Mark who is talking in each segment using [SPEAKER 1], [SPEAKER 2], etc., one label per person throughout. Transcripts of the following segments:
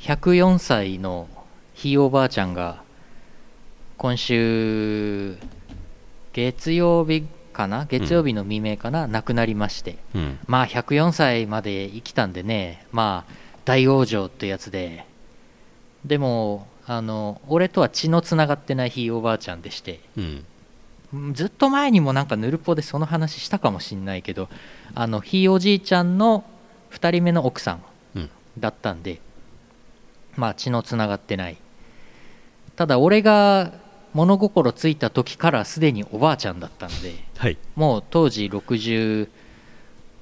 [SPEAKER 1] 104歳のひいおばあちゃんが今週月曜日かな月曜日の未明かな、亡くなりまして
[SPEAKER 2] うん
[SPEAKER 1] まあ104歳まで生きたんでねまあ大往生ってやつででもあの俺とは血のつながってないひいおばあちゃんでして
[SPEAKER 2] うん
[SPEAKER 1] うんずっと前にもなんかヌルポでその話したかもしんないけどあのひいおじいちゃんの2人目の奥さん
[SPEAKER 2] うん
[SPEAKER 1] だったんで、まあ血のつながってないただ俺が物心ついた時からすでにおばあちゃんだったんで
[SPEAKER 2] はい
[SPEAKER 1] もう当時60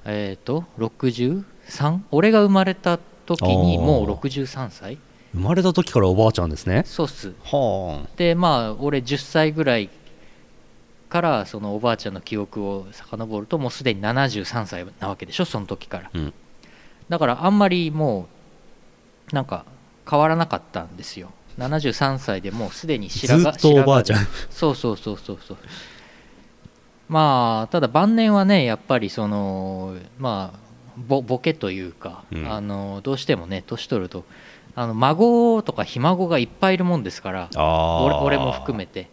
[SPEAKER 1] えっ、と 63? 俺が生まれた時にもう63歳
[SPEAKER 2] 生まれた時からおばあちゃんですね
[SPEAKER 1] そうっす
[SPEAKER 2] は
[SPEAKER 1] でまあ俺10歳ぐらいからそのおばあちゃんの記憶を遡るともうすでに73歳なわけでしょその時から、
[SPEAKER 2] うん
[SPEAKER 1] だからあんまりもうなんか変わらなかったんですよ73歳でもうすでに
[SPEAKER 2] あ
[SPEAKER 1] 白
[SPEAKER 2] ず
[SPEAKER 1] 髪
[SPEAKER 2] っとおばあちゃん
[SPEAKER 1] そうそうそうそうそうまあただ晩年はねやっぱりそのまあボボケというか、
[SPEAKER 2] うん
[SPEAKER 1] あのどうしてもね年取るとあの孫とかひ孫がいっぱいいるもんですから
[SPEAKER 2] あ
[SPEAKER 1] 俺俺も含めて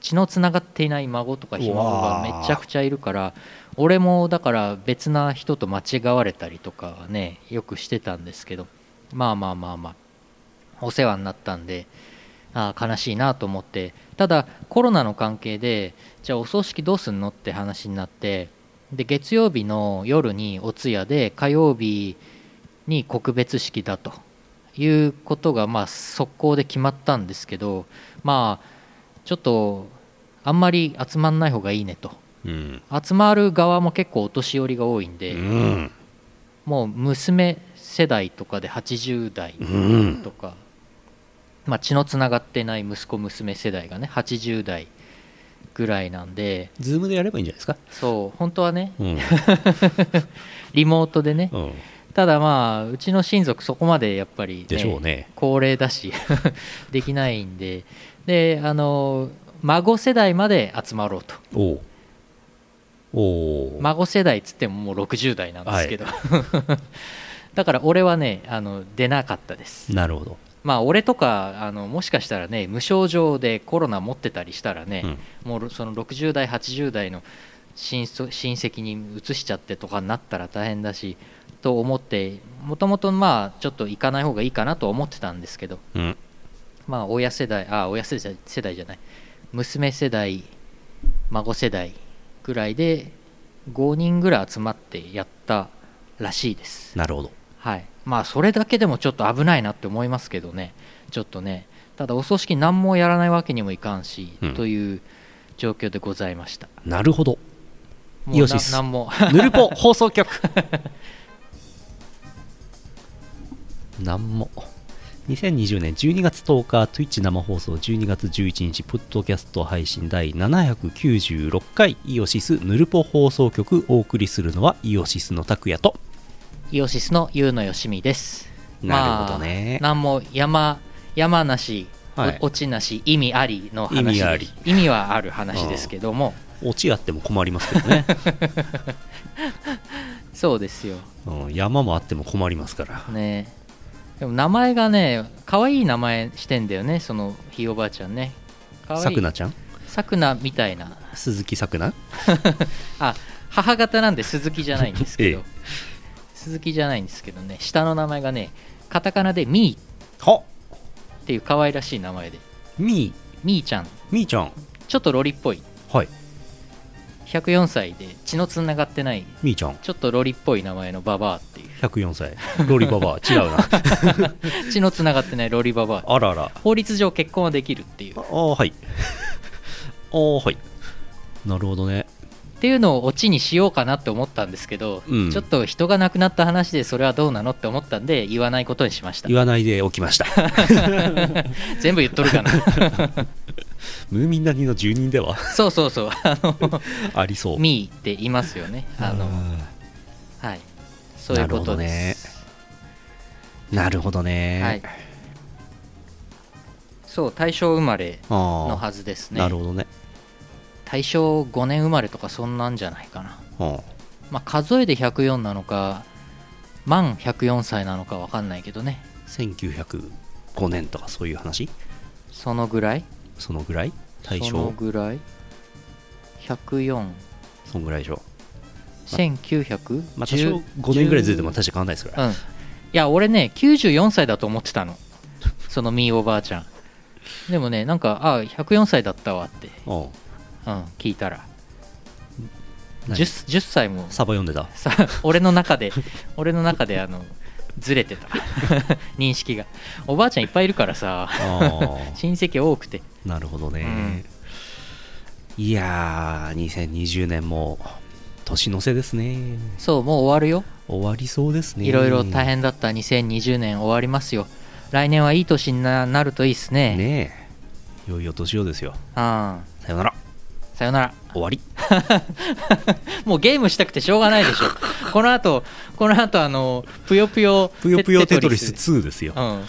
[SPEAKER 1] 血のつながっていない孫とかひ孫がめちゃくちゃいるから俺もだから別な人と間違われたりとかはねよくしてたんですけどまあまあまあまあお世話になったんであー悲しいなと思ってただコロナの関係でじゃあお葬式どうすんのって話になってで月曜日の夜にお通夜で火曜日に告別式だということがまあ速攻で決まったんですけどまあちょっとあんまり集まんない方がいいねと
[SPEAKER 2] うん
[SPEAKER 1] 集まる側も結構お年寄りが多いん
[SPEAKER 2] う
[SPEAKER 1] で、
[SPEAKER 2] ん
[SPEAKER 1] もう娘世代とかで80代
[SPEAKER 2] うん
[SPEAKER 1] とか、まあ、血のつながってない息子娘世代がね80代ぐらいなんで
[SPEAKER 2] ズームでやればいいんじゃないですか
[SPEAKER 1] そう本当はね
[SPEAKER 2] うん
[SPEAKER 1] リモートでね
[SPEAKER 2] うん
[SPEAKER 1] ただまあうちの親族そこまでやっぱり、
[SPEAKER 2] でしょう ね
[SPEAKER 1] 高齢だし できないんでであの孫世代まで集まろうと
[SPEAKER 2] おうおう
[SPEAKER 1] 孫世代っつってももう60代なんですけど、 だから俺はねあの出なかったです
[SPEAKER 2] なるほど
[SPEAKER 1] まあ俺とかあのもしかしたらね無症状でコロナ持ってたりしたらね、もうその60代80代の親そ親戚に移しちゃってとかになったら大変だしと思ってもともとまあちょっと行かない方がいいかなと思ってたんですけど
[SPEAKER 2] うん
[SPEAKER 1] まあ親世代あ親世代世代じゃない娘世代孫世代ぐらいで5人ぐらい集まってやったらしいです
[SPEAKER 2] なるほど
[SPEAKER 1] はいまあそれだけでもちょっと危ないなって思いますけどねちょっとねただお葬式何もやらないわけにもいかんし、
[SPEAKER 2] うん
[SPEAKER 1] という状況でございました
[SPEAKER 2] なるほど
[SPEAKER 1] もう
[SPEAKER 2] よしっす
[SPEAKER 1] な何も
[SPEAKER 2] ヌル ポ放送局なんも2020年12月10日 Twitch 生放送12月11日ポッドキャスト配信第796回イオシスヌルポ放送局お送りするのはイオシスの拓也と
[SPEAKER 1] イオシスの優野よしみです
[SPEAKER 2] なるほどね
[SPEAKER 1] まあ、何も山山なし、
[SPEAKER 2] はい
[SPEAKER 1] お落ちなし意味ありの話
[SPEAKER 2] 意味あり
[SPEAKER 1] 意味はある話ですけども、
[SPEAKER 2] 落ちあっても困りますけ どね、
[SPEAKER 1] そうですよ
[SPEAKER 2] うん、山もあっても困りますから
[SPEAKER 1] ねでも名前がね可愛い名前してんだよねそのひいおばあちゃんね可愛い
[SPEAKER 2] さくなちゃん
[SPEAKER 1] さくなみたいな
[SPEAKER 2] 鈴木さくな
[SPEAKER 1] あ母方なんで鈴木じゃないんですけど、
[SPEAKER 2] ええ
[SPEAKER 1] 鈴木じゃないんですけどね下の名前がねカタカナでミー
[SPEAKER 2] は
[SPEAKER 1] っていう可愛らしい名前で
[SPEAKER 2] みー
[SPEAKER 1] ミーちゃん
[SPEAKER 2] みーちゃん
[SPEAKER 1] ちょっとロリっぽい
[SPEAKER 2] はい
[SPEAKER 1] 104歳で血のつながってない
[SPEAKER 2] みーちゃん
[SPEAKER 1] ちょっとロリっぽい名前のババアってい
[SPEAKER 2] 104歳ロリバ バア違うな
[SPEAKER 1] う血のつながってないロリババア
[SPEAKER 2] あらら
[SPEAKER 1] 法律上結婚はできるっていうっ
[SPEAKER 2] ああはい ああはいなるほどね
[SPEAKER 1] ていうのをオチにしようかなって思ったんですけど、
[SPEAKER 2] うん
[SPEAKER 1] ちょっと人が亡くなった話でそれはどうなのって思ったんで言わないことにしました
[SPEAKER 2] 言わないでおきました
[SPEAKER 1] 全部言っとるか な
[SPEAKER 2] ムーミン谷の住人では
[SPEAKER 1] そうそうそうあの
[SPEAKER 2] ありそう
[SPEAKER 1] ミーって言いますよねあの
[SPEAKER 2] う
[SPEAKER 1] はいそういうことです、
[SPEAKER 2] んなるほどね
[SPEAKER 1] はいそう大正生まれの
[SPEAKER 2] あ
[SPEAKER 1] はずです
[SPEAKER 2] あ、
[SPEAKER 1] ね
[SPEAKER 2] なるほどね
[SPEAKER 1] 大正5年生まれとかそんなんじゃないかな
[SPEAKER 2] あ
[SPEAKER 1] まあ、数えで104なのか満104歳なのか分かんないけどね
[SPEAKER 2] 1905年とかそういう話
[SPEAKER 1] そのぐらい
[SPEAKER 2] そのぐらい大
[SPEAKER 1] その
[SPEAKER 2] 正
[SPEAKER 1] ぐらい1041910
[SPEAKER 2] そんぐらいでしょまあ多少5年ぐらいずれても大して変わんないですから
[SPEAKER 1] うんいや俺ね94歳だと思ってた のそのみーおばあちゃんでもねなんかあ104歳だったわって、
[SPEAKER 2] おう
[SPEAKER 1] うん、聞いたら
[SPEAKER 2] 何
[SPEAKER 1] 10, 10歳も
[SPEAKER 2] サバ読んでた
[SPEAKER 1] さ俺の中 で俺の中であのずれてた 認識がおばあちゃんいっぱいいるからさ
[SPEAKER 2] あ
[SPEAKER 1] 親戚多くて
[SPEAKER 2] あなるほどね、いやー2020年も年の瀬ですね
[SPEAKER 1] そうもう終わるよ
[SPEAKER 2] 終わりそうですね
[SPEAKER 1] いろいろ大変だった2020年終わりますよ来年はいい年にななるといいっすね
[SPEAKER 2] ねえいよいよ年をですよ
[SPEAKER 1] うん
[SPEAKER 2] さよなら
[SPEAKER 1] さよなら
[SPEAKER 2] 終わり
[SPEAKER 1] もうゲームしたくてしょうがないでし ょこの後この後あのぷよぷよ
[SPEAKER 2] ぷよぷよテトリス2ですよ
[SPEAKER 1] うんは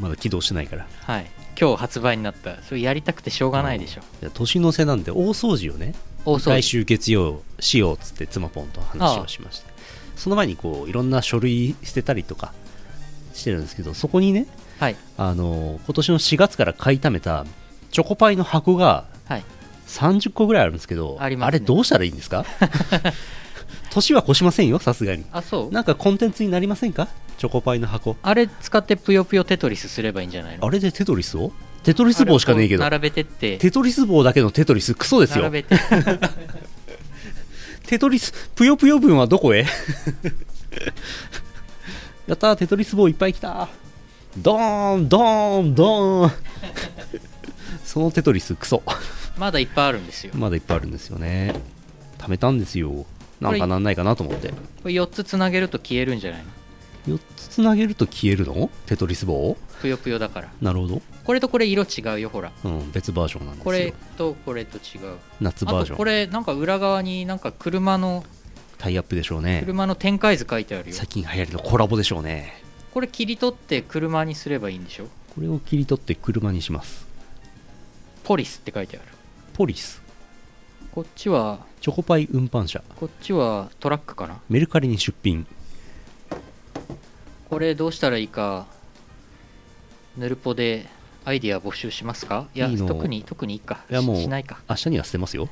[SPEAKER 2] まだ起動してないから
[SPEAKER 1] い今日発売になったそれやりたくてしょうがないでしょ
[SPEAKER 2] じゃあ年の瀬なんで大掃除をね
[SPEAKER 1] 大掃除
[SPEAKER 2] 来週月曜しようっつって妻ポンと話をしましてその前にこういろんな書類捨てたりとかしてるんですけどそこにね
[SPEAKER 1] はい
[SPEAKER 2] あの今年の4月から買いためたチョコパイの箱が
[SPEAKER 1] はい
[SPEAKER 2] 30個ぐらいあるんですけど
[SPEAKER 1] ありますね
[SPEAKER 2] れどうしたらいいんですか年は越しませんよさすがに
[SPEAKER 1] あそう
[SPEAKER 2] なんかコンテンツになりませんかチョコパイの箱
[SPEAKER 1] あれ使ってぷよぷよテトリスすればいいんじゃないの
[SPEAKER 2] あれでテトリスをテトリス棒しかねえけど
[SPEAKER 1] あれを並べてって
[SPEAKER 2] テトリス棒だけのテトリスクソです
[SPEAKER 1] 並
[SPEAKER 2] よ
[SPEAKER 1] べて
[SPEAKER 2] テトリスぷよぷよ分はどこへ やったーテトリス棒いっぱい来たドーンドーンドーンそのテトリスクソ
[SPEAKER 1] まだいっぱいあるんですよ
[SPEAKER 2] まだいっぱいあるんですよね貯めたんですよなんかなんないかなと思って
[SPEAKER 1] これ4つつなげると消えるんじゃないの
[SPEAKER 2] 4つつなげると消えるのテトリス棒
[SPEAKER 1] ぷよぷよだから
[SPEAKER 2] なるほど、
[SPEAKER 1] これとこれ色違うよほら
[SPEAKER 2] うん、別バージョンなんですよ
[SPEAKER 1] これとこれと違う
[SPEAKER 2] 夏バー
[SPEAKER 1] あ
[SPEAKER 2] ジ
[SPEAKER 1] と
[SPEAKER 2] ョン
[SPEAKER 1] これなんか裏側になんか車の
[SPEAKER 2] タイアップでしょうね
[SPEAKER 1] 車の展開図書いてあるよ
[SPEAKER 2] 最近流行りのコラボでしょうね
[SPEAKER 1] これ切り取って車にすればいいんでしょ
[SPEAKER 2] これを切り取って車にします
[SPEAKER 1] ポリスって書いてある
[SPEAKER 2] ポリス
[SPEAKER 1] こっちは
[SPEAKER 2] チョコパイ運搬車
[SPEAKER 1] こっちはトラックかな
[SPEAKER 2] メルカリに出品
[SPEAKER 1] これどうしたらいいかヌルポでアイディア募集しますかいや
[SPEAKER 2] いいの
[SPEAKER 1] 特に特にいいか
[SPEAKER 2] いやもう
[SPEAKER 1] ししないか
[SPEAKER 2] 明日には捨 てますよ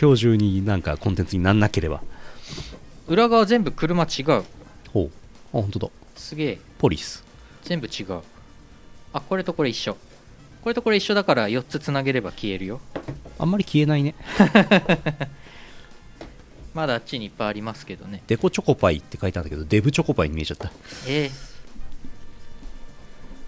[SPEAKER 2] 今日中になんかコンテンツになんなければ
[SPEAKER 1] 裏側全部車違う
[SPEAKER 2] ほうあ本当だ
[SPEAKER 1] すげえ
[SPEAKER 2] ポリス
[SPEAKER 1] 全部違うあこれとこれ一緒これとこれ一緒だから4つつなげれば消えるよ
[SPEAKER 2] あんまり消えないね
[SPEAKER 1] まだあっちにいっぱいありますけどね
[SPEAKER 2] デコチョコパイって書いてあるんだけどデブチョコパイに見えちゃった
[SPEAKER 1] え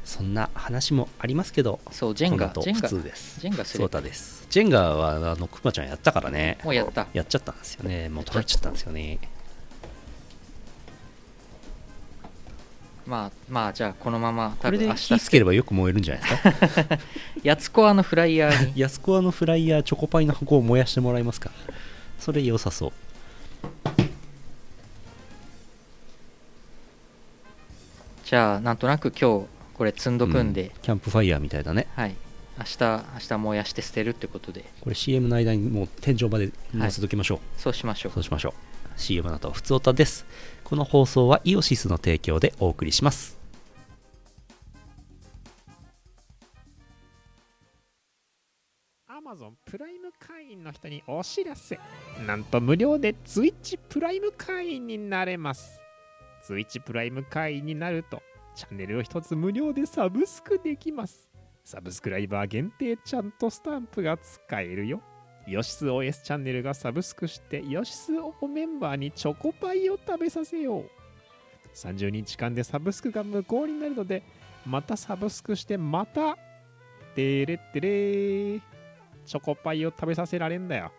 [SPEAKER 2] そんな話もありますけど
[SPEAKER 1] ー、そうジェンガ
[SPEAKER 2] こ
[SPEAKER 1] ジェ
[SPEAKER 2] の後
[SPEAKER 1] ン
[SPEAKER 2] 普
[SPEAKER 1] ガ
[SPEAKER 2] 通です
[SPEAKER 1] ジェンガすれば
[SPEAKER 2] ソータですジェンガはあのクマちゃんやったからね
[SPEAKER 1] もうやった
[SPEAKER 2] やっちゃったんですよねもう取られちゃったんですよね
[SPEAKER 1] まあまあじゃあこのまま
[SPEAKER 2] こ
[SPEAKER 1] 多
[SPEAKER 2] れ
[SPEAKER 1] 分
[SPEAKER 2] で
[SPEAKER 1] 明
[SPEAKER 2] 火
[SPEAKER 1] 日
[SPEAKER 2] つければよく燃えるんじゃないですか
[SPEAKER 1] やつこあのフライヤ ーに
[SPEAKER 2] 安子あのフライヤーチョコパイの箱を燃やしてもらえますかそれ良さそう
[SPEAKER 1] じゃあなんとなく今日これ積んどくんで、
[SPEAKER 2] うキャンプファイヤーみたいだね
[SPEAKER 1] はい明日明日燃やして捨てるってことで
[SPEAKER 2] これ CM の間にもう天井まで載せときましょう、
[SPEAKER 1] そうしましょう
[SPEAKER 2] そうしましょう CM のとふつおたですこの放送はイオシスの提供でお送りします
[SPEAKER 3] アマゾンプライム会員の人にお知らせなんと無料で Twitch プライム会員になれます Twitch プライム会員になるとチャンネルを一つ無料でサブスクできますサブスクライバー限定ちゃんとスタンプが使えるよヨシス OS チャンネルがサブスクしてヨシス O メンバーにチョコパイを食べさせよう30日間でサブスクが無効になるのでまたサブスクしてまたてれってれーチョコパイを食べさせられんだよ。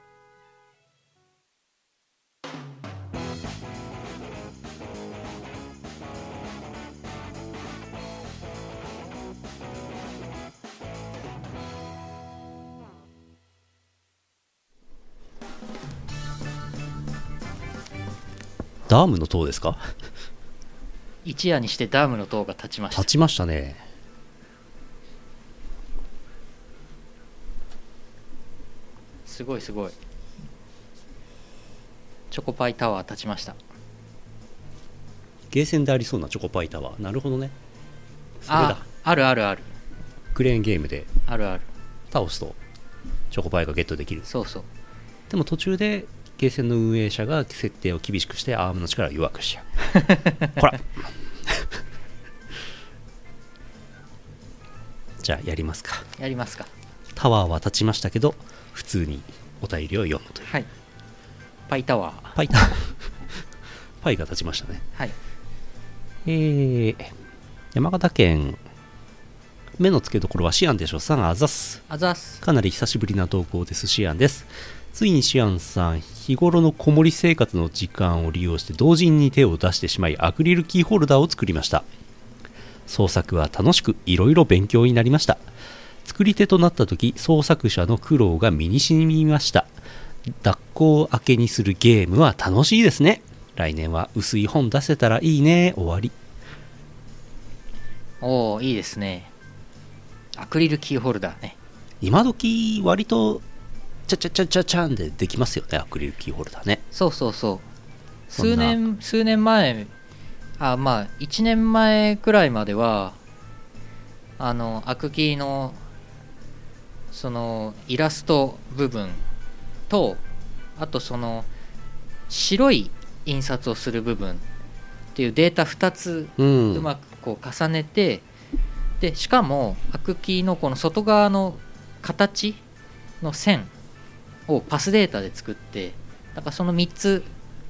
[SPEAKER 2] ダームの塔ですか
[SPEAKER 1] 一夜にしてダムの塔が立ちました
[SPEAKER 2] 立ちましたね
[SPEAKER 1] すごいすごいチョコパイタワー立ちました
[SPEAKER 2] ゲーセンでありそうなチョコパイタワーなるほどねそれだ
[SPEAKER 1] ああるあるある
[SPEAKER 2] クレーンゲームで
[SPEAKER 1] あるある
[SPEAKER 2] 倒すとチョコパイがゲットできる
[SPEAKER 1] そうそう
[SPEAKER 2] でも途中でゲーセンの運営者が設定を厳しくしてアームの力を弱くしちゃうほらじゃあやりますか
[SPEAKER 1] やりますか
[SPEAKER 2] タワーは立ちましたけど普通にお便りを読むという
[SPEAKER 1] はいパイタワー
[SPEAKER 2] パイタ パイが立ちましたね
[SPEAKER 1] はい
[SPEAKER 2] えー、山形県目の付けどころはシアンでしょさんあざっす
[SPEAKER 1] あざっす
[SPEAKER 2] かなり久しぶりな投稿ですシアンですついにシアンさん日頃のこもり生活の時間を利用して同人に手を出してしまいアクリルキーホルダーを作りました創作は楽しくいろいろ勉強になりました作り手となった時創作者の苦労が身に染みました脱行明けにするゲームは楽しいですね来年は薄い本出せたらいいね終わり
[SPEAKER 1] おおいいですねアクリルキーホルダーね
[SPEAKER 2] 今時割とチャチャチャチャチャンでできますよねアクリルキーホルダーね
[SPEAKER 1] そうそうそう
[SPEAKER 2] そん
[SPEAKER 1] 数
[SPEAKER 2] な
[SPEAKER 1] 年数年前あまあ1年前くらいまではあのアクキーのそのイラスト部分とあとその白い印刷をする部分っていうデータ2つ
[SPEAKER 2] うん
[SPEAKER 1] うまくこう重ねて、でしかもアクキーのこの外側の形の線をパスデータで作ってだからその3つ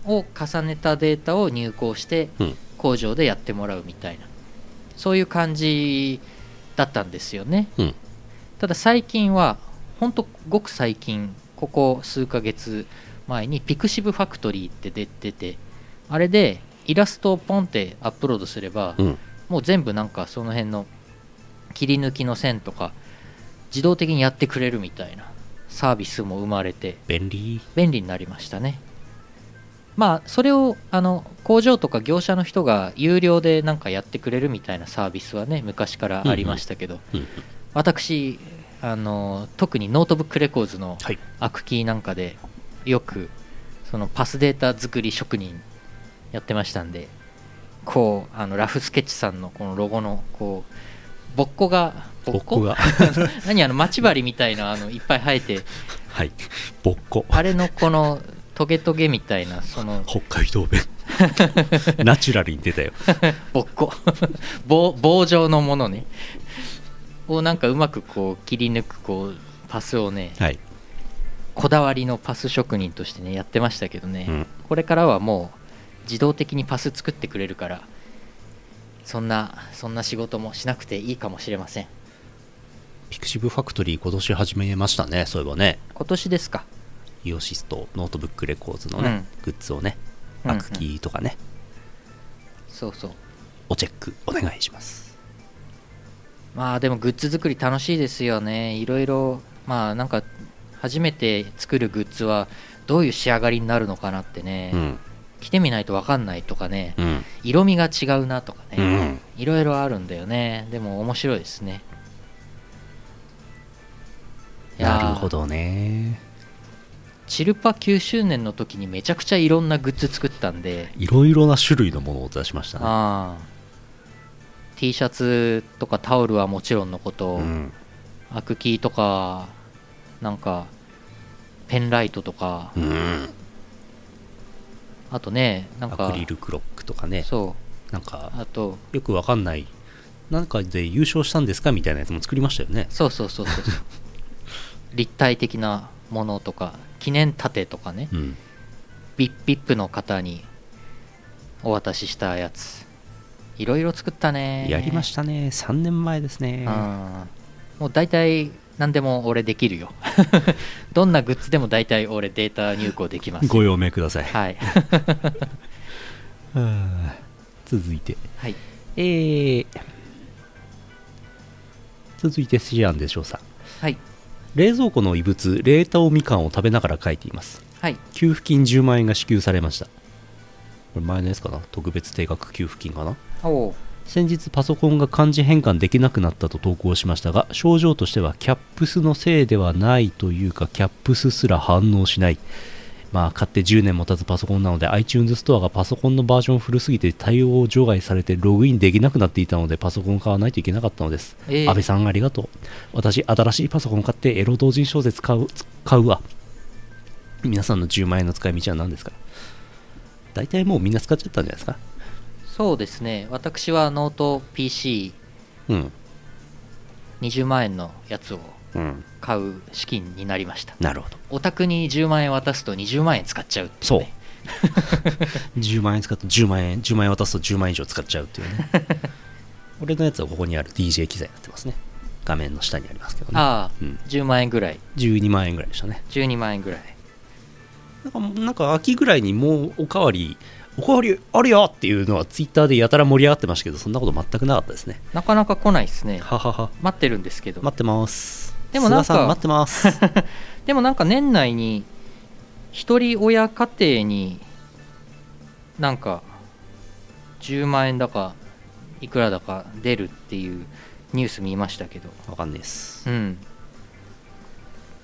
[SPEAKER 1] を重ねたデータを入稿して
[SPEAKER 2] うん
[SPEAKER 1] 工場でやってもらうみたいな、そういう感じだったんですよね、
[SPEAKER 2] うん
[SPEAKER 1] ただ最近はほんとごく最近ここ数ヶ月前にピクシブファクトリーって出ててあれでイラストをポンってアップロードすれば、
[SPEAKER 2] うん
[SPEAKER 1] もう全部なんかその辺の切り抜きの線とか自動的にやってくれるみたいなサービスも生まれて
[SPEAKER 2] 便利
[SPEAKER 1] 便利になりましたねまあそれをあの工場とか業者の人が有料でなんかやってくれるみたいなサービスはね昔からありましたけど、
[SPEAKER 2] うんうん
[SPEAKER 1] 私あの特にノートブックレコーズの
[SPEAKER 2] はい
[SPEAKER 1] アクキーなんかでよくそのパスデータ作り職人やってましたんでこうあのラフスケッチさんのこのロゴのこうぼっこがぼ
[SPEAKER 2] ぼ
[SPEAKER 1] っ
[SPEAKER 2] っ
[SPEAKER 1] こ
[SPEAKER 2] こが
[SPEAKER 1] 何あの待ち針みたいなあのいっぱい生えて
[SPEAKER 2] はいぼっこ
[SPEAKER 1] あれのこのトゲトゲみたいなその
[SPEAKER 2] 北海道 弁ナチュラルに出たよ
[SPEAKER 1] ぼっこ 棒棒状のものねをなんかうまくこう切り抜くこうパスをね
[SPEAKER 2] はい、
[SPEAKER 1] こだわりのパス職人としてねやってましたけどね、
[SPEAKER 2] うん、
[SPEAKER 1] これからはもう自動的にパス作ってくれるからそんなそんな仕事もしなくていいかもしれません
[SPEAKER 2] ピクシブファクトリー今年始めましたねそういえばね
[SPEAKER 1] 今年ですか
[SPEAKER 2] イオシスとノートブックレコーズのね、グッズをね
[SPEAKER 1] うんう
[SPEAKER 2] ア
[SPEAKER 1] ん
[SPEAKER 2] クキーとかね、
[SPEAKER 1] そうそう
[SPEAKER 2] おチェックお願いします
[SPEAKER 1] まあでもグッズ作り楽しいですよねいろいろまあなんか初めて作るグッズはどういう仕上がりになるのかなってね、
[SPEAKER 2] うん
[SPEAKER 1] 着てみないと分かんないとかね、
[SPEAKER 2] うん
[SPEAKER 1] 色味が違うなとか
[SPEAKER 2] う
[SPEAKER 1] ね、
[SPEAKER 2] ん
[SPEAKER 1] いろいろあるんだよねでも面白いですねいやー
[SPEAKER 2] なるほどね
[SPEAKER 1] チルパ9周年の時にめちゃくちゃいろんなグッズ作ったんで、
[SPEAKER 2] いろいろな種類のものを出しましたね
[SPEAKER 1] あー T シャツとかタオルはもちろんのこと、
[SPEAKER 2] うん
[SPEAKER 1] アクキーとかなんかペンライトとか、
[SPEAKER 2] うん
[SPEAKER 1] あとねなんか
[SPEAKER 2] アクリルクロックとかね
[SPEAKER 1] そう
[SPEAKER 2] なんか
[SPEAKER 1] あと
[SPEAKER 2] よくわかんないなんかで優勝したんですかみたいなやつも作りましたよね
[SPEAKER 1] そうそうそう そうそう立体的なものとか記念盾とかね
[SPEAKER 2] うん
[SPEAKER 1] ビッビップの方にお渡ししたやついろいろ作ったね
[SPEAKER 2] やりましたね3年前ですね
[SPEAKER 1] うんもう大体何でも俺できるよ どんなグッズでも大体俺データ入稿できます
[SPEAKER 2] ご用命ください
[SPEAKER 1] はい
[SPEAKER 2] はあ続いて
[SPEAKER 1] はい
[SPEAKER 2] えー続いてシアンでしょうさん
[SPEAKER 1] はい
[SPEAKER 2] 冷蔵庫の異物冷凍みかんを食べながら書いています
[SPEAKER 1] はい
[SPEAKER 2] 給付金10万円が支給されましたこれ前のやつかな特別定額給付金かな
[SPEAKER 1] おお
[SPEAKER 2] 先日パソコンが漢字変換できなくなったと投稿しましたが症状としてはキャップスのせいではないというかキャップスすら反応しないまあ、買って10年も経つパソコンなので iTunes ストアがパソコンのバージョン古すぎて対応を除外されてログインできなくなっていたのでパソコンを買わないといけなかったのです、
[SPEAKER 1] えー
[SPEAKER 2] 安倍さんありがとう私新しいパソコン買ってエロ同人小説買う買うわ皆さんの10万円の使い道は何ですか大体もうみんな使っちゃったんじゃないですか
[SPEAKER 1] そうですね私はノート PC20
[SPEAKER 2] うん
[SPEAKER 1] 万円のやつを
[SPEAKER 2] うん
[SPEAKER 1] 買う資金になりました
[SPEAKER 2] なるほど
[SPEAKER 1] お宅に10万円渡すと20万円使っちゃうってい
[SPEAKER 2] そう う
[SPEAKER 1] ね
[SPEAKER 2] 10万円使って10万円10万円渡すと10万円以上使っちゃうっていう ね俺のやつはここにある DJ 機材になってますね画面の下にありますけどね
[SPEAKER 1] ああ、
[SPEAKER 2] うん
[SPEAKER 1] 10万円ぐらい
[SPEAKER 2] 12万円ぐらいでしたね
[SPEAKER 1] 12万円ぐらい
[SPEAKER 2] なんかなんか秋ぐらいにもうおかわりおかわりあるよっていうのはツイッターでやたら盛り上がってましたけどそんなこと全くなかったですね
[SPEAKER 1] なかなか来ないですね
[SPEAKER 2] ははは
[SPEAKER 1] 待ってるんですけど、
[SPEAKER 2] 待ってます
[SPEAKER 1] でもなんか
[SPEAKER 2] 菅さん待ってます
[SPEAKER 1] でもなんか年内に一人親家庭になんか10万円だかいくらだか出るっていうニュース見ましたけど
[SPEAKER 2] わかんないです
[SPEAKER 1] うん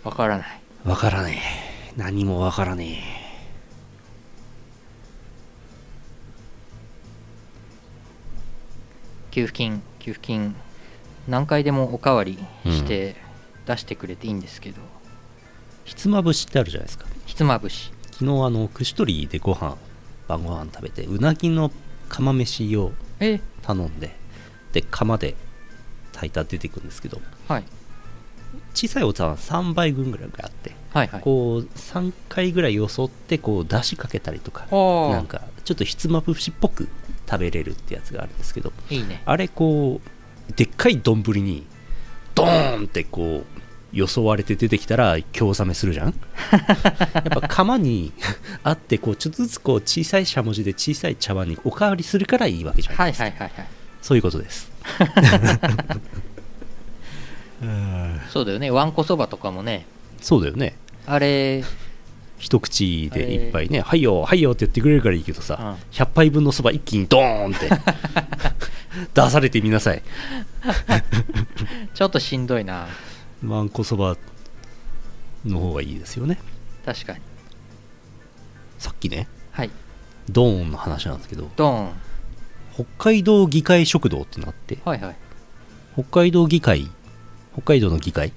[SPEAKER 1] わからない
[SPEAKER 2] わからねえ何もわからねえ
[SPEAKER 1] 給付金給付金何回でもおかわりして出してくれていいんですけど、
[SPEAKER 2] ひつまぶしってあるじゃないですか
[SPEAKER 1] ひつまぶし
[SPEAKER 2] 昨日あの串取りでご飯晩ご飯食べてうなぎの釜飯を
[SPEAKER 1] え
[SPEAKER 2] 頼んでで釜で炊いたら出てくるんですけど
[SPEAKER 1] はい
[SPEAKER 2] 小さいお茶碗3杯分ぐらいあって、
[SPEAKER 1] はいはい
[SPEAKER 2] こう3回ぐらいよそってこう出汁かけたりとか
[SPEAKER 1] おー
[SPEAKER 2] なんかちょっとひつまぶしっぽく食べれるってやつがあるんですけど
[SPEAKER 1] いいね
[SPEAKER 2] あれこうでっかい丼にドーンってこうよそわれて出てきたら興ざめするじゃん やっぱ釜にあってこうちょっとずつこう小さいしゃもじで小さい茶碗におかわりするからいいわけじゃん、
[SPEAKER 1] はいはいはいはい
[SPEAKER 2] そういうことです
[SPEAKER 1] そうだよねわんこそばとかもね
[SPEAKER 2] そうだよね
[SPEAKER 1] あれ
[SPEAKER 2] 一口でいっぱいね「はいよはいよ」って言ってくれるからいいけどさ、
[SPEAKER 1] う
[SPEAKER 2] 100杯分のそば一気にド ーンって出されてみなさい
[SPEAKER 1] ちょっとしんどいな
[SPEAKER 2] わんこそばの方がいいですよね
[SPEAKER 1] 確かに
[SPEAKER 2] さっきね
[SPEAKER 1] はい
[SPEAKER 2] ドーンの話なんですけど
[SPEAKER 1] ドーン
[SPEAKER 2] 北海道議会食堂ってのがあって
[SPEAKER 1] はいはい
[SPEAKER 2] 北海道議会北海道の議会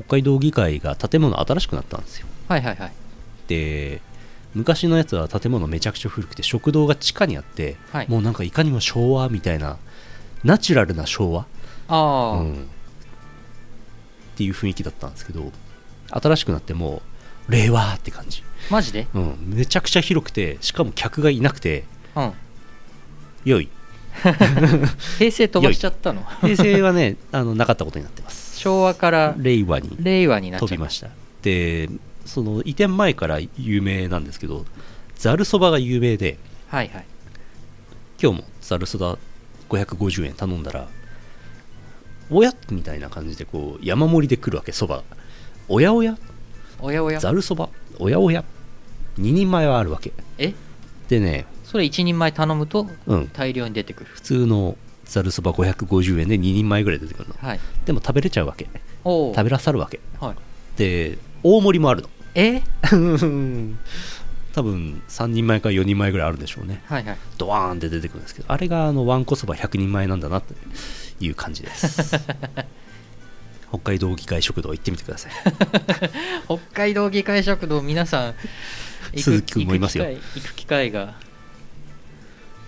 [SPEAKER 2] 北海道議会が建物新しくなったんですよ
[SPEAKER 1] はいはいはい
[SPEAKER 2] で昔のやつは建物めちゃくちゃ古くて食堂が地下にあって、
[SPEAKER 1] はい
[SPEAKER 2] もうなんかいかにも昭和みたいなナチュラルな昭和、
[SPEAKER 1] ああ、
[SPEAKER 2] うんっていう雰囲気だったんですけど新しくなってもう令和って感じ、
[SPEAKER 1] マジで
[SPEAKER 2] うん、めちゃくちゃ広くてしかも客がいなくて
[SPEAKER 1] うん
[SPEAKER 2] 良い
[SPEAKER 1] 平成飛ばしちゃったの
[SPEAKER 2] 平成はねあのなかったことになってます
[SPEAKER 1] 昭和から
[SPEAKER 2] 令和に
[SPEAKER 1] 令和になっちゃっ
[SPEAKER 2] 飛
[SPEAKER 1] た
[SPEAKER 2] びましたでその移転前から有名なんですけどざるそばが有名で
[SPEAKER 1] はいはい
[SPEAKER 2] 今日もざるそば550円頼んだらおやみたいな感じでこう山盛りで来るわけそばがおやおや
[SPEAKER 1] おやおや
[SPEAKER 2] ざるそばおやおや2人前はあるわけ
[SPEAKER 1] え
[SPEAKER 2] でね
[SPEAKER 1] それ一人前頼むと
[SPEAKER 2] うん
[SPEAKER 1] 大量に出てくる
[SPEAKER 2] 普通のざるそば550円で2人前ぐらい出てくるの
[SPEAKER 1] はい
[SPEAKER 2] でも食べれちゃうわけ
[SPEAKER 1] おお
[SPEAKER 2] 食べらさるわけ
[SPEAKER 1] はい
[SPEAKER 2] で大盛りもあるの
[SPEAKER 1] え
[SPEAKER 2] うん多分3人前から4人前ぐらいあるんでしょうね
[SPEAKER 1] はいはい
[SPEAKER 2] ドワーンって出てくるんですけどあれがあのわんこそば100人前なんだなという感じです 北海道議会食堂行ってみてください
[SPEAKER 1] 北海道議会食堂皆さ ん行く
[SPEAKER 2] 鈴木くんもいますよ
[SPEAKER 1] 行く機会行く機会が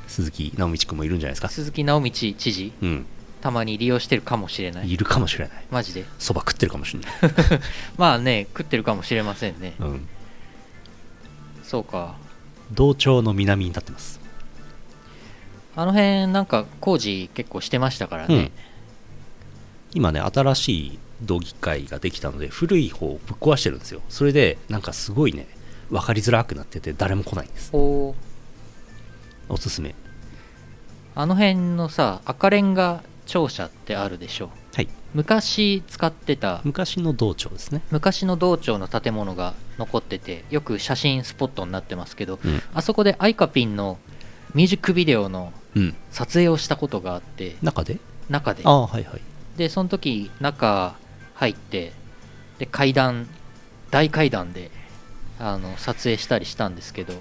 [SPEAKER 2] 鈴木直道くんもいるんじゃないですか
[SPEAKER 1] 鈴木直道知事
[SPEAKER 2] うん
[SPEAKER 1] たまに利用してるかもしれない
[SPEAKER 2] いるかもしれない
[SPEAKER 1] マジで
[SPEAKER 2] そば食ってるかもしれない、
[SPEAKER 1] まあね食ってるかもしれませんね
[SPEAKER 2] うん、
[SPEAKER 1] そうか
[SPEAKER 2] 同町の南に立ってます、
[SPEAKER 1] あの辺なんか工事結構してましたからね、
[SPEAKER 2] うん今ね新しい道議会ができたので古い方をぶっ壊してるんですよそれでなんかすごいね分かりづらくなってて誰も来ないんです
[SPEAKER 1] おお
[SPEAKER 2] おすすめ
[SPEAKER 1] あの辺のさ赤レンガ庁舎ってあるでしょ
[SPEAKER 2] はい
[SPEAKER 1] 昔使ってた
[SPEAKER 2] 昔の道庁ですね
[SPEAKER 1] 昔の道庁の建物が残っててよく写真スポットになってますけど、
[SPEAKER 2] うん
[SPEAKER 1] あそこでアイカピンのミュージックビデオの
[SPEAKER 2] うん
[SPEAKER 1] 撮影をしたことがあって
[SPEAKER 2] 中で
[SPEAKER 1] 中で
[SPEAKER 2] ああはいはい
[SPEAKER 1] でその時中入ってで階段大階段でああの撮影したりしたんですけど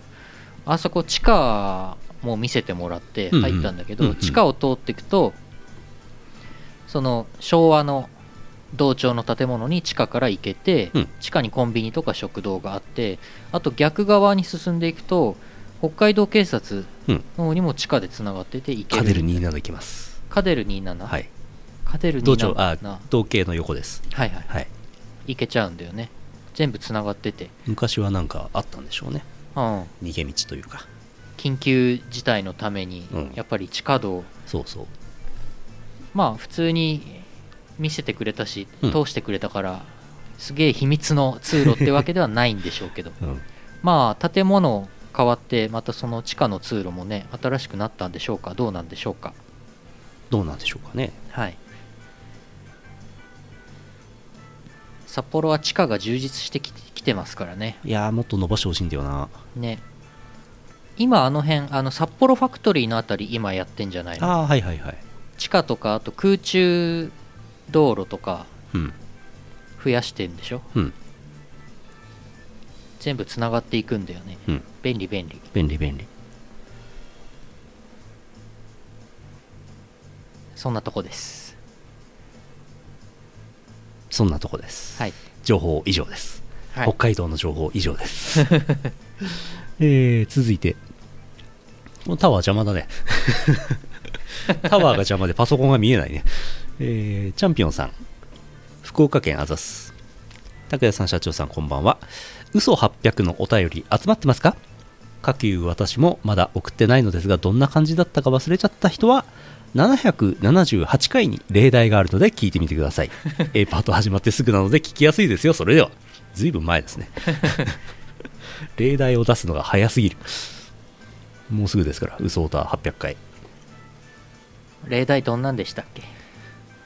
[SPEAKER 1] あそこ地下も見せてもらって
[SPEAKER 2] うんうん
[SPEAKER 1] 入ったんだけど、
[SPEAKER 2] うんうん
[SPEAKER 1] 地下を通っていくとその昭和の同庁の建物に地下から行けて、
[SPEAKER 2] うん
[SPEAKER 1] 地下にコンビニとか食堂があってあと逆側に進んでいくと北海道警察の方にも地下でつながってて行け
[SPEAKER 2] カ
[SPEAKER 1] る
[SPEAKER 2] デル27いきます
[SPEAKER 1] カデル27、
[SPEAKER 2] はい
[SPEAKER 1] カデル27
[SPEAKER 2] 道庁あ
[SPEAKER 1] な
[SPEAKER 2] 道系の横です
[SPEAKER 1] はいはい
[SPEAKER 2] はい
[SPEAKER 1] 行けちゃうんだよね全部つながってて、
[SPEAKER 2] 昔はなんかあったんでしょうね
[SPEAKER 1] うん、
[SPEAKER 2] 逃げ道というか
[SPEAKER 1] 緊急事態のために
[SPEAKER 2] うん
[SPEAKER 1] やっぱり地下道、
[SPEAKER 2] そうそう
[SPEAKER 1] まあ普通に見せてくれたし
[SPEAKER 2] うん
[SPEAKER 1] 通してくれたから、すげえ秘密の通路ってわけではないんでしょう けど
[SPEAKER 2] うん
[SPEAKER 1] まあ建物変わってまたその地下の通路もね新しくなったんでしょうかどうなんでしょうか
[SPEAKER 2] どうなんでしょうかね
[SPEAKER 1] はい札幌は地下が充実してきてきてますからね
[SPEAKER 2] いやーもっと伸ばしてほしいんだよな
[SPEAKER 1] ね今あの辺あの札幌ファクトリーのあたり今やってんじゃないの
[SPEAKER 2] ああーはいはいはい
[SPEAKER 1] 地下とかあと空中道路とか
[SPEAKER 2] うん
[SPEAKER 1] 増やしてんでしょ
[SPEAKER 2] うん
[SPEAKER 1] 全部つながっていくんだよね
[SPEAKER 2] うん
[SPEAKER 1] 便利便利
[SPEAKER 2] 便利便利
[SPEAKER 1] そんなとこです
[SPEAKER 2] そんなとこです、
[SPEAKER 1] はい、
[SPEAKER 2] 情報以上です
[SPEAKER 1] は
[SPEAKER 2] 北
[SPEAKER 1] い、
[SPEAKER 2] 海道の情報以 上です、えー続いてこのタワー邪 魔だねタワーが邪魔でパソコンが見えないね、えーチャンピオンさん福岡県あざす拓也さん社長さんこんばんは嘘800のお便り集まってますかかきゅう私もまだ送ってないのですがどんな感じだったか忘れちゃった人は778回に例題があるので聞いてみてください A パート始まってすぐなので聞きやすいですよそれではずいぶん前ですね例題を出すのが早すぎるもうすぐですから嘘オタ800回
[SPEAKER 1] 例題どんなんでしたっけ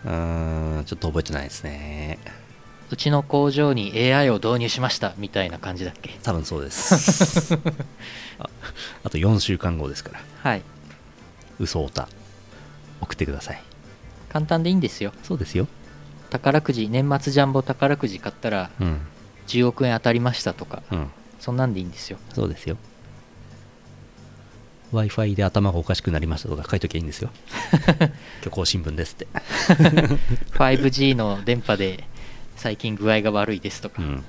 [SPEAKER 2] うーんちょっと覚えてないですね
[SPEAKER 1] うちの工場に AI を導入しましたみたいな感じだっけ
[SPEAKER 2] 多分そうですああと4週間後ですから
[SPEAKER 1] はい
[SPEAKER 2] 嘘オタ送ってください
[SPEAKER 1] 簡単でいいんですよ
[SPEAKER 2] そうですよ
[SPEAKER 1] 宝くじ年末ジャンボ宝くじ買ったら
[SPEAKER 2] うん
[SPEAKER 1] 10億円当たりましたとか
[SPEAKER 2] うん
[SPEAKER 1] そんなんでいいんですよ
[SPEAKER 2] そうですよ w i f i で頭がおかしくなりましたとか書いときゃいい んですよ虚構新聞ですって
[SPEAKER 1] 5G の電波で最近具合が悪いですと
[SPEAKER 2] う
[SPEAKER 1] か、
[SPEAKER 2] ん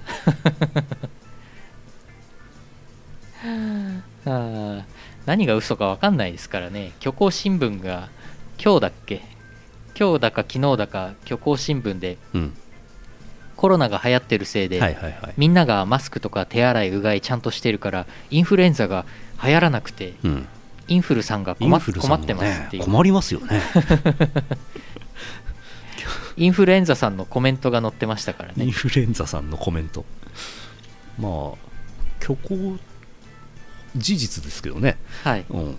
[SPEAKER 1] あー何が嘘か分かんないですからね虚構新聞が今日だっけ今日だか昨日だか虚構新聞で
[SPEAKER 2] うん
[SPEAKER 1] コロナが流行ってるせいで、
[SPEAKER 2] はいはいはい
[SPEAKER 1] みんながマスクとか手洗いうがいちゃんとしてるからインフルエンザが流行らなくて
[SPEAKER 2] うん
[SPEAKER 1] インフルさんが
[SPEAKER 2] イン
[SPEAKER 1] 困っ
[SPEAKER 2] フルさん
[SPEAKER 1] 困
[SPEAKER 2] も
[SPEAKER 1] ってますってい
[SPEAKER 2] ね、
[SPEAKER 1] う
[SPEAKER 2] 困りますよね
[SPEAKER 1] インフルエンザさんのコメントが載ってましたから
[SPEAKER 2] イン
[SPEAKER 1] ね
[SPEAKER 2] フルエンザさんのコメントまあ虚構事実ですけどね
[SPEAKER 1] はい
[SPEAKER 2] うん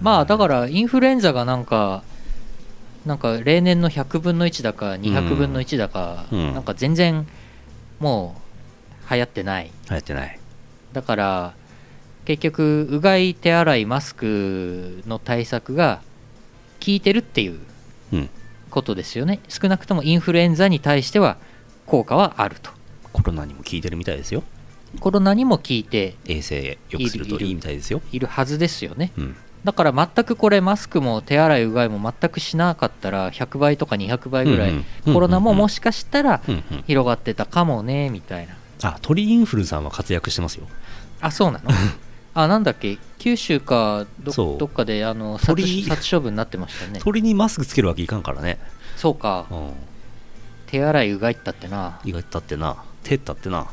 [SPEAKER 1] まあだからインフルエンザがなんかなんか例年の100分の1だか200分の1だか、
[SPEAKER 2] うん
[SPEAKER 1] なんか全然もう流行ってない
[SPEAKER 2] やってない
[SPEAKER 1] だから結局うがい手洗いマスクの対策が効いてるっていう
[SPEAKER 2] うん
[SPEAKER 1] ことですよね少なくともインフルエンザに対しては効果はあると
[SPEAKER 2] コロナにも効いてるみたいですよ
[SPEAKER 1] コロナにも効いて
[SPEAKER 2] 衛生良くするといいみたいですよ
[SPEAKER 1] いるはずですよね
[SPEAKER 2] うん
[SPEAKER 1] だから全くこれマスクも手洗いうがいも全くしなかったら100倍とか200倍ぐら
[SPEAKER 2] うん
[SPEAKER 1] い
[SPEAKER 2] うん
[SPEAKER 1] コロナももしかしたら
[SPEAKER 2] うんうん
[SPEAKER 1] 広がってたかもねみたいな
[SPEAKER 2] あ鳥インフルさんは活躍してますよ
[SPEAKER 1] あそう なのあなんだっけ九州かど
[SPEAKER 2] そう
[SPEAKER 1] どっかであの殺
[SPEAKER 2] 鳥
[SPEAKER 1] 殺処分になってましたよね
[SPEAKER 2] 鳥にマスクつけるわけいかんからね、
[SPEAKER 1] そうか
[SPEAKER 2] うん、
[SPEAKER 1] 手洗いうがいったってな
[SPEAKER 2] 意外と立ってな手立ってな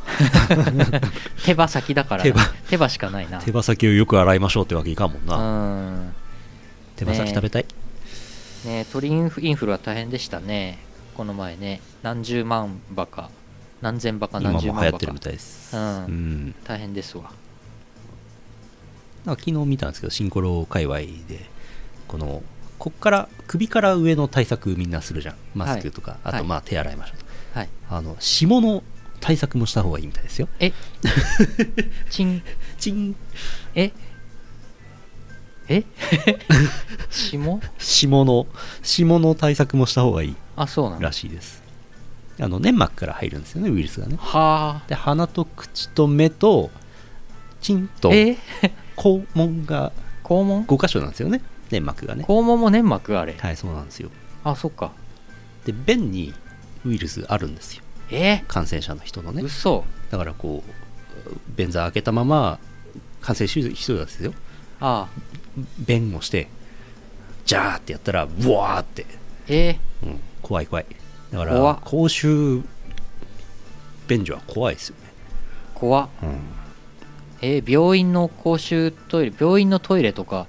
[SPEAKER 1] 手羽先だからな
[SPEAKER 2] 手羽
[SPEAKER 1] 手羽しかないな
[SPEAKER 2] 手羽先をよく洗いましょうってわけいかんもん
[SPEAKER 1] う
[SPEAKER 2] な、
[SPEAKER 1] ん
[SPEAKER 2] 手羽先食べたい、
[SPEAKER 1] ね鳥インフインフルは大変でしたねこの前ね何十万羽か何千羽か
[SPEAKER 2] 今
[SPEAKER 1] 何
[SPEAKER 2] も
[SPEAKER 1] 十
[SPEAKER 2] 流
[SPEAKER 1] 万
[SPEAKER 2] 行
[SPEAKER 1] 羽
[SPEAKER 2] っ
[SPEAKER 1] か
[SPEAKER 2] てるみたいです
[SPEAKER 1] うん
[SPEAKER 2] うん
[SPEAKER 1] 大変ですわ
[SPEAKER 2] なんか昨日見たんですけど、シンコロ界隈で、この、こっから、首から上の対策みんなするじゃん。マスクとか、
[SPEAKER 1] はい
[SPEAKER 2] あ
[SPEAKER 1] は
[SPEAKER 2] と
[SPEAKER 1] い
[SPEAKER 2] まあ手洗いましょうと
[SPEAKER 1] はい
[SPEAKER 2] あの、霜の対策もした方がいいみたいですよ。
[SPEAKER 1] えチン
[SPEAKER 2] チン
[SPEAKER 1] ええ霜
[SPEAKER 2] 霜の、霜の対策もした方がいい
[SPEAKER 1] あそうなの
[SPEAKER 2] らしいです。あの粘膜から入るんですよねウイルスがね
[SPEAKER 1] は
[SPEAKER 2] で鼻と口と目とチン
[SPEAKER 1] あ
[SPEAKER 2] と
[SPEAKER 1] え
[SPEAKER 2] 肛門が
[SPEAKER 1] 肛門
[SPEAKER 2] 5箇所なんですよね粘膜がね
[SPEAKER 1] 肛門も粘膜あれ
[SPEAKER 2] はいそうなんですよ
[SPEAKER 1] あそっか
[SPEAKER 2] で便にウイルスあるんですよ
[SPEAKER 1] え
[SPEAKER 2] 感染者の人のね
[SPEAKER 1] 嘘
[SPEAKER 2] だからこう便座開けたまま感染してる人なんですよ
[SPEAKER 1] あ
[SPEAKER 2] 便をしてジャーってやったらブワーって、
[SPEAKER 1] え
[SPEAKER 2] うん、怖い怖いだか
[SPEAKER 1] 怖っ
[SPEAKER 2] ら公衆便所は怖いですよね、
[SPEAKER 1] 怖っ
[SPEAKER 2] うん
[SPEAKER 1] え病院の公衆トイレ病院のトイレとか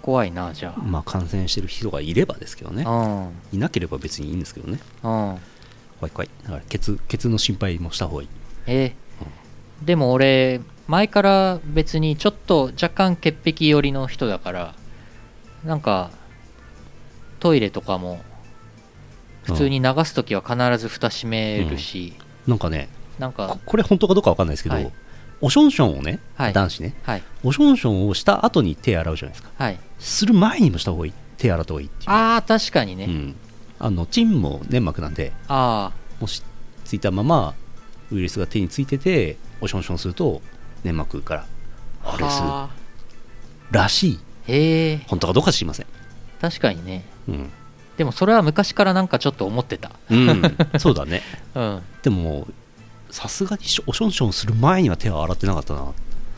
[SPEAKER 1] 怖いなじゃ
[SPEAKER 2] まあ、感染してる人がいればですけどね
[SPEAKER 1] あ
[SPEAKER 2] いなければ別にいいんですけどね
[SPEAKER 1] うんうん
[SPEAKER 2] 怖い怖いだからケツケツの心配もした方がいい
[SPEAKER 1] えでも俺前から別にちょっと若干潔癖寄りの人だからなんかトイレとかも普通に流す時は必ず蓋閉めるし、
[SPEAKER 2] なんかね
[SPEAKER 1] なん
[SPEAKER 2] こ
[SPEAKER 1] か
[SPEAKER 2] これ本当かどうかわかんないですけど、
[SPEAKER 1] はい
[SPEAKER 2] おしょんしょんをね、
[SPEAKER 1] はい
[SPEAKER 2] 男子ね
[SPEAKER 1] はい
[SPEAKER 2] おしょんしょんをした後に手洗うじゃないですか
[SPEAKER 1] はい
[SPEAKER 2] する前にもした方がいい手洗った方がいいっていう
[SPEAKER 1] ああ確かにね、
[SPEAKER 2] うん、あのチンも粘膜なんで
[SPEAKER 1] あ
[SPEAKER 2] もしついたままウイルスが手についてておしょんしょんすると粘膜から
[SPEAKER 1] あ
[SPEAKER 2] 破裂する
[SPEAKER 1] あ
[SPEAKER 2] らしい
[SPEAKER 1] ーへえ
[SPEAKER 2] 本当かどうか知りません
[SPEAKER 1] 確かにね
[SPEAKER 2] うん、
[SPEAKER 1] でもそれは昔からなんかちょっと思ってた
[SPEAKER 2] うん、そうだね
[SPEAKER 1] うん
[SPEAKER 2] でもさすがにしょおしょんしょんする前には手は洗ってなかったな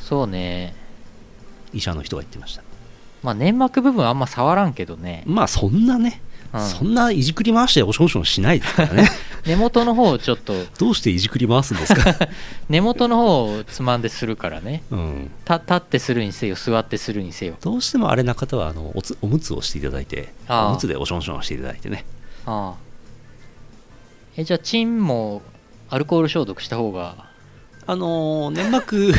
[SPEAKER 1] そうね
[SPEAKER 2] 医者の人が言ってました
[SPEAKER 1] まあ粘膜部分あんま触らんけどね、
[SPEAKER 2] まあそんなね、
[SPEAKER 1] うん
[SPEAKER 2] そんないじくり回しておしょんしょんしないですからね
[SPEAKER 1] 根元の方をちょっと
[SPEAKER 2] どうしていじくり回すんです か、
[SPEAKER 1] 根元の方をつまんでするからね
[SPEAKER 2] うん、
[SPEAKER 1] た立ってするにせよ座ってするにせよ
[SPEAKER 2] どうしてもあれな方はあのおつおむつをしていただいて
[SPEAKER 1] ああ
[SPEAKER 2] おむつでおしょんしょんをしていただいてね
[SPEAKER 1] ああえじゃあチンもアルコール消毒した方が
[SPEAKER 2] あのー 粘膜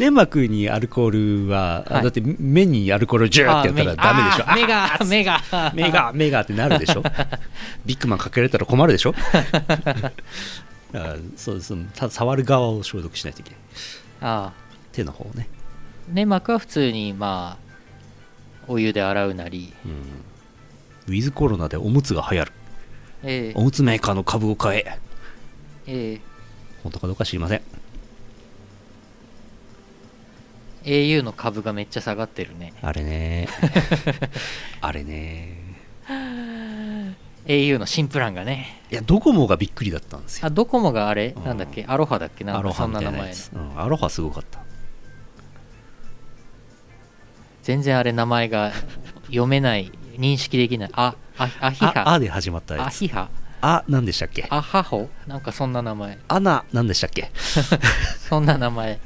[SPEAKER 2] 粘膜にアルコールは、あ
[SPEAKER 1] はい
[SPEAKER 2] だって目にアルコールジューってやったらダメでしょ
[SPEAKER 1] あ目が目が
[SPEAKER 2] あ 目が目がってなるで しょビッグマンかけられたら困るでしょだからそうそのた触る側を消毒しないといけない
[SPEAKER 1] ああ
[SPEAKER 2] 手の方をね、
[SPEAKER 1] 粘膜は普通にまあお湯で洗うなり
[SPEAKER 2] ウィズコロナでおむつが流行る
[SPEAKER 1] ええ
[SPEAKER 2] おむつメーカーの株を買え
[SPEAKER 1] ええ
[SPEAKER 2] 本当かどうか知りません
[SPEAKER 1] au の株がめっちゃ下がってるね
[SPEAKER 2] あれ ねあれね
[SPEAKER 1] au の新プランがね
[SPEAKER 2] いやドコモがびっくりだったんですよ
[SPEAKER 1] あドコモがあれ
[SPEAKER 2] うん
[SPEAKER 1] なんだっけアロハだっけな
[SPEAKER 2] ア
[SPEAKER 1] ん
[SPEAKER 2] ロ
[SPEAKER 1] か
[SPEAKER 2] ハ
[SPEAKER 1] そん
[SPEAKER 2] み
[SPEAKER 1] な
[SPEAKER 2] たい
[SPEAKER 1] 名
[SPEAKER 2] なや
[SPEAKER 1] 前
[SPEAKER 2] つ、うん、アロハすごかった
[SPEAKER 1] 全然あれ名前が読めない認識できないああアヒ
[SPEAKER 2] あ
[SPEAKER 1] ハ
[SPEAKER 2] あで始まった
[SPEAKER 1] ア
[SPEAKER 2] やつ
[SPEAKER 1] ヒハ
[SPEAKER 2] あなんでしたっけ
[SPEAKER 1] アハホなんかそんな名前
[SPEAKER 2] アナなんでしたっけ
[SPEAKER 1] そんな名前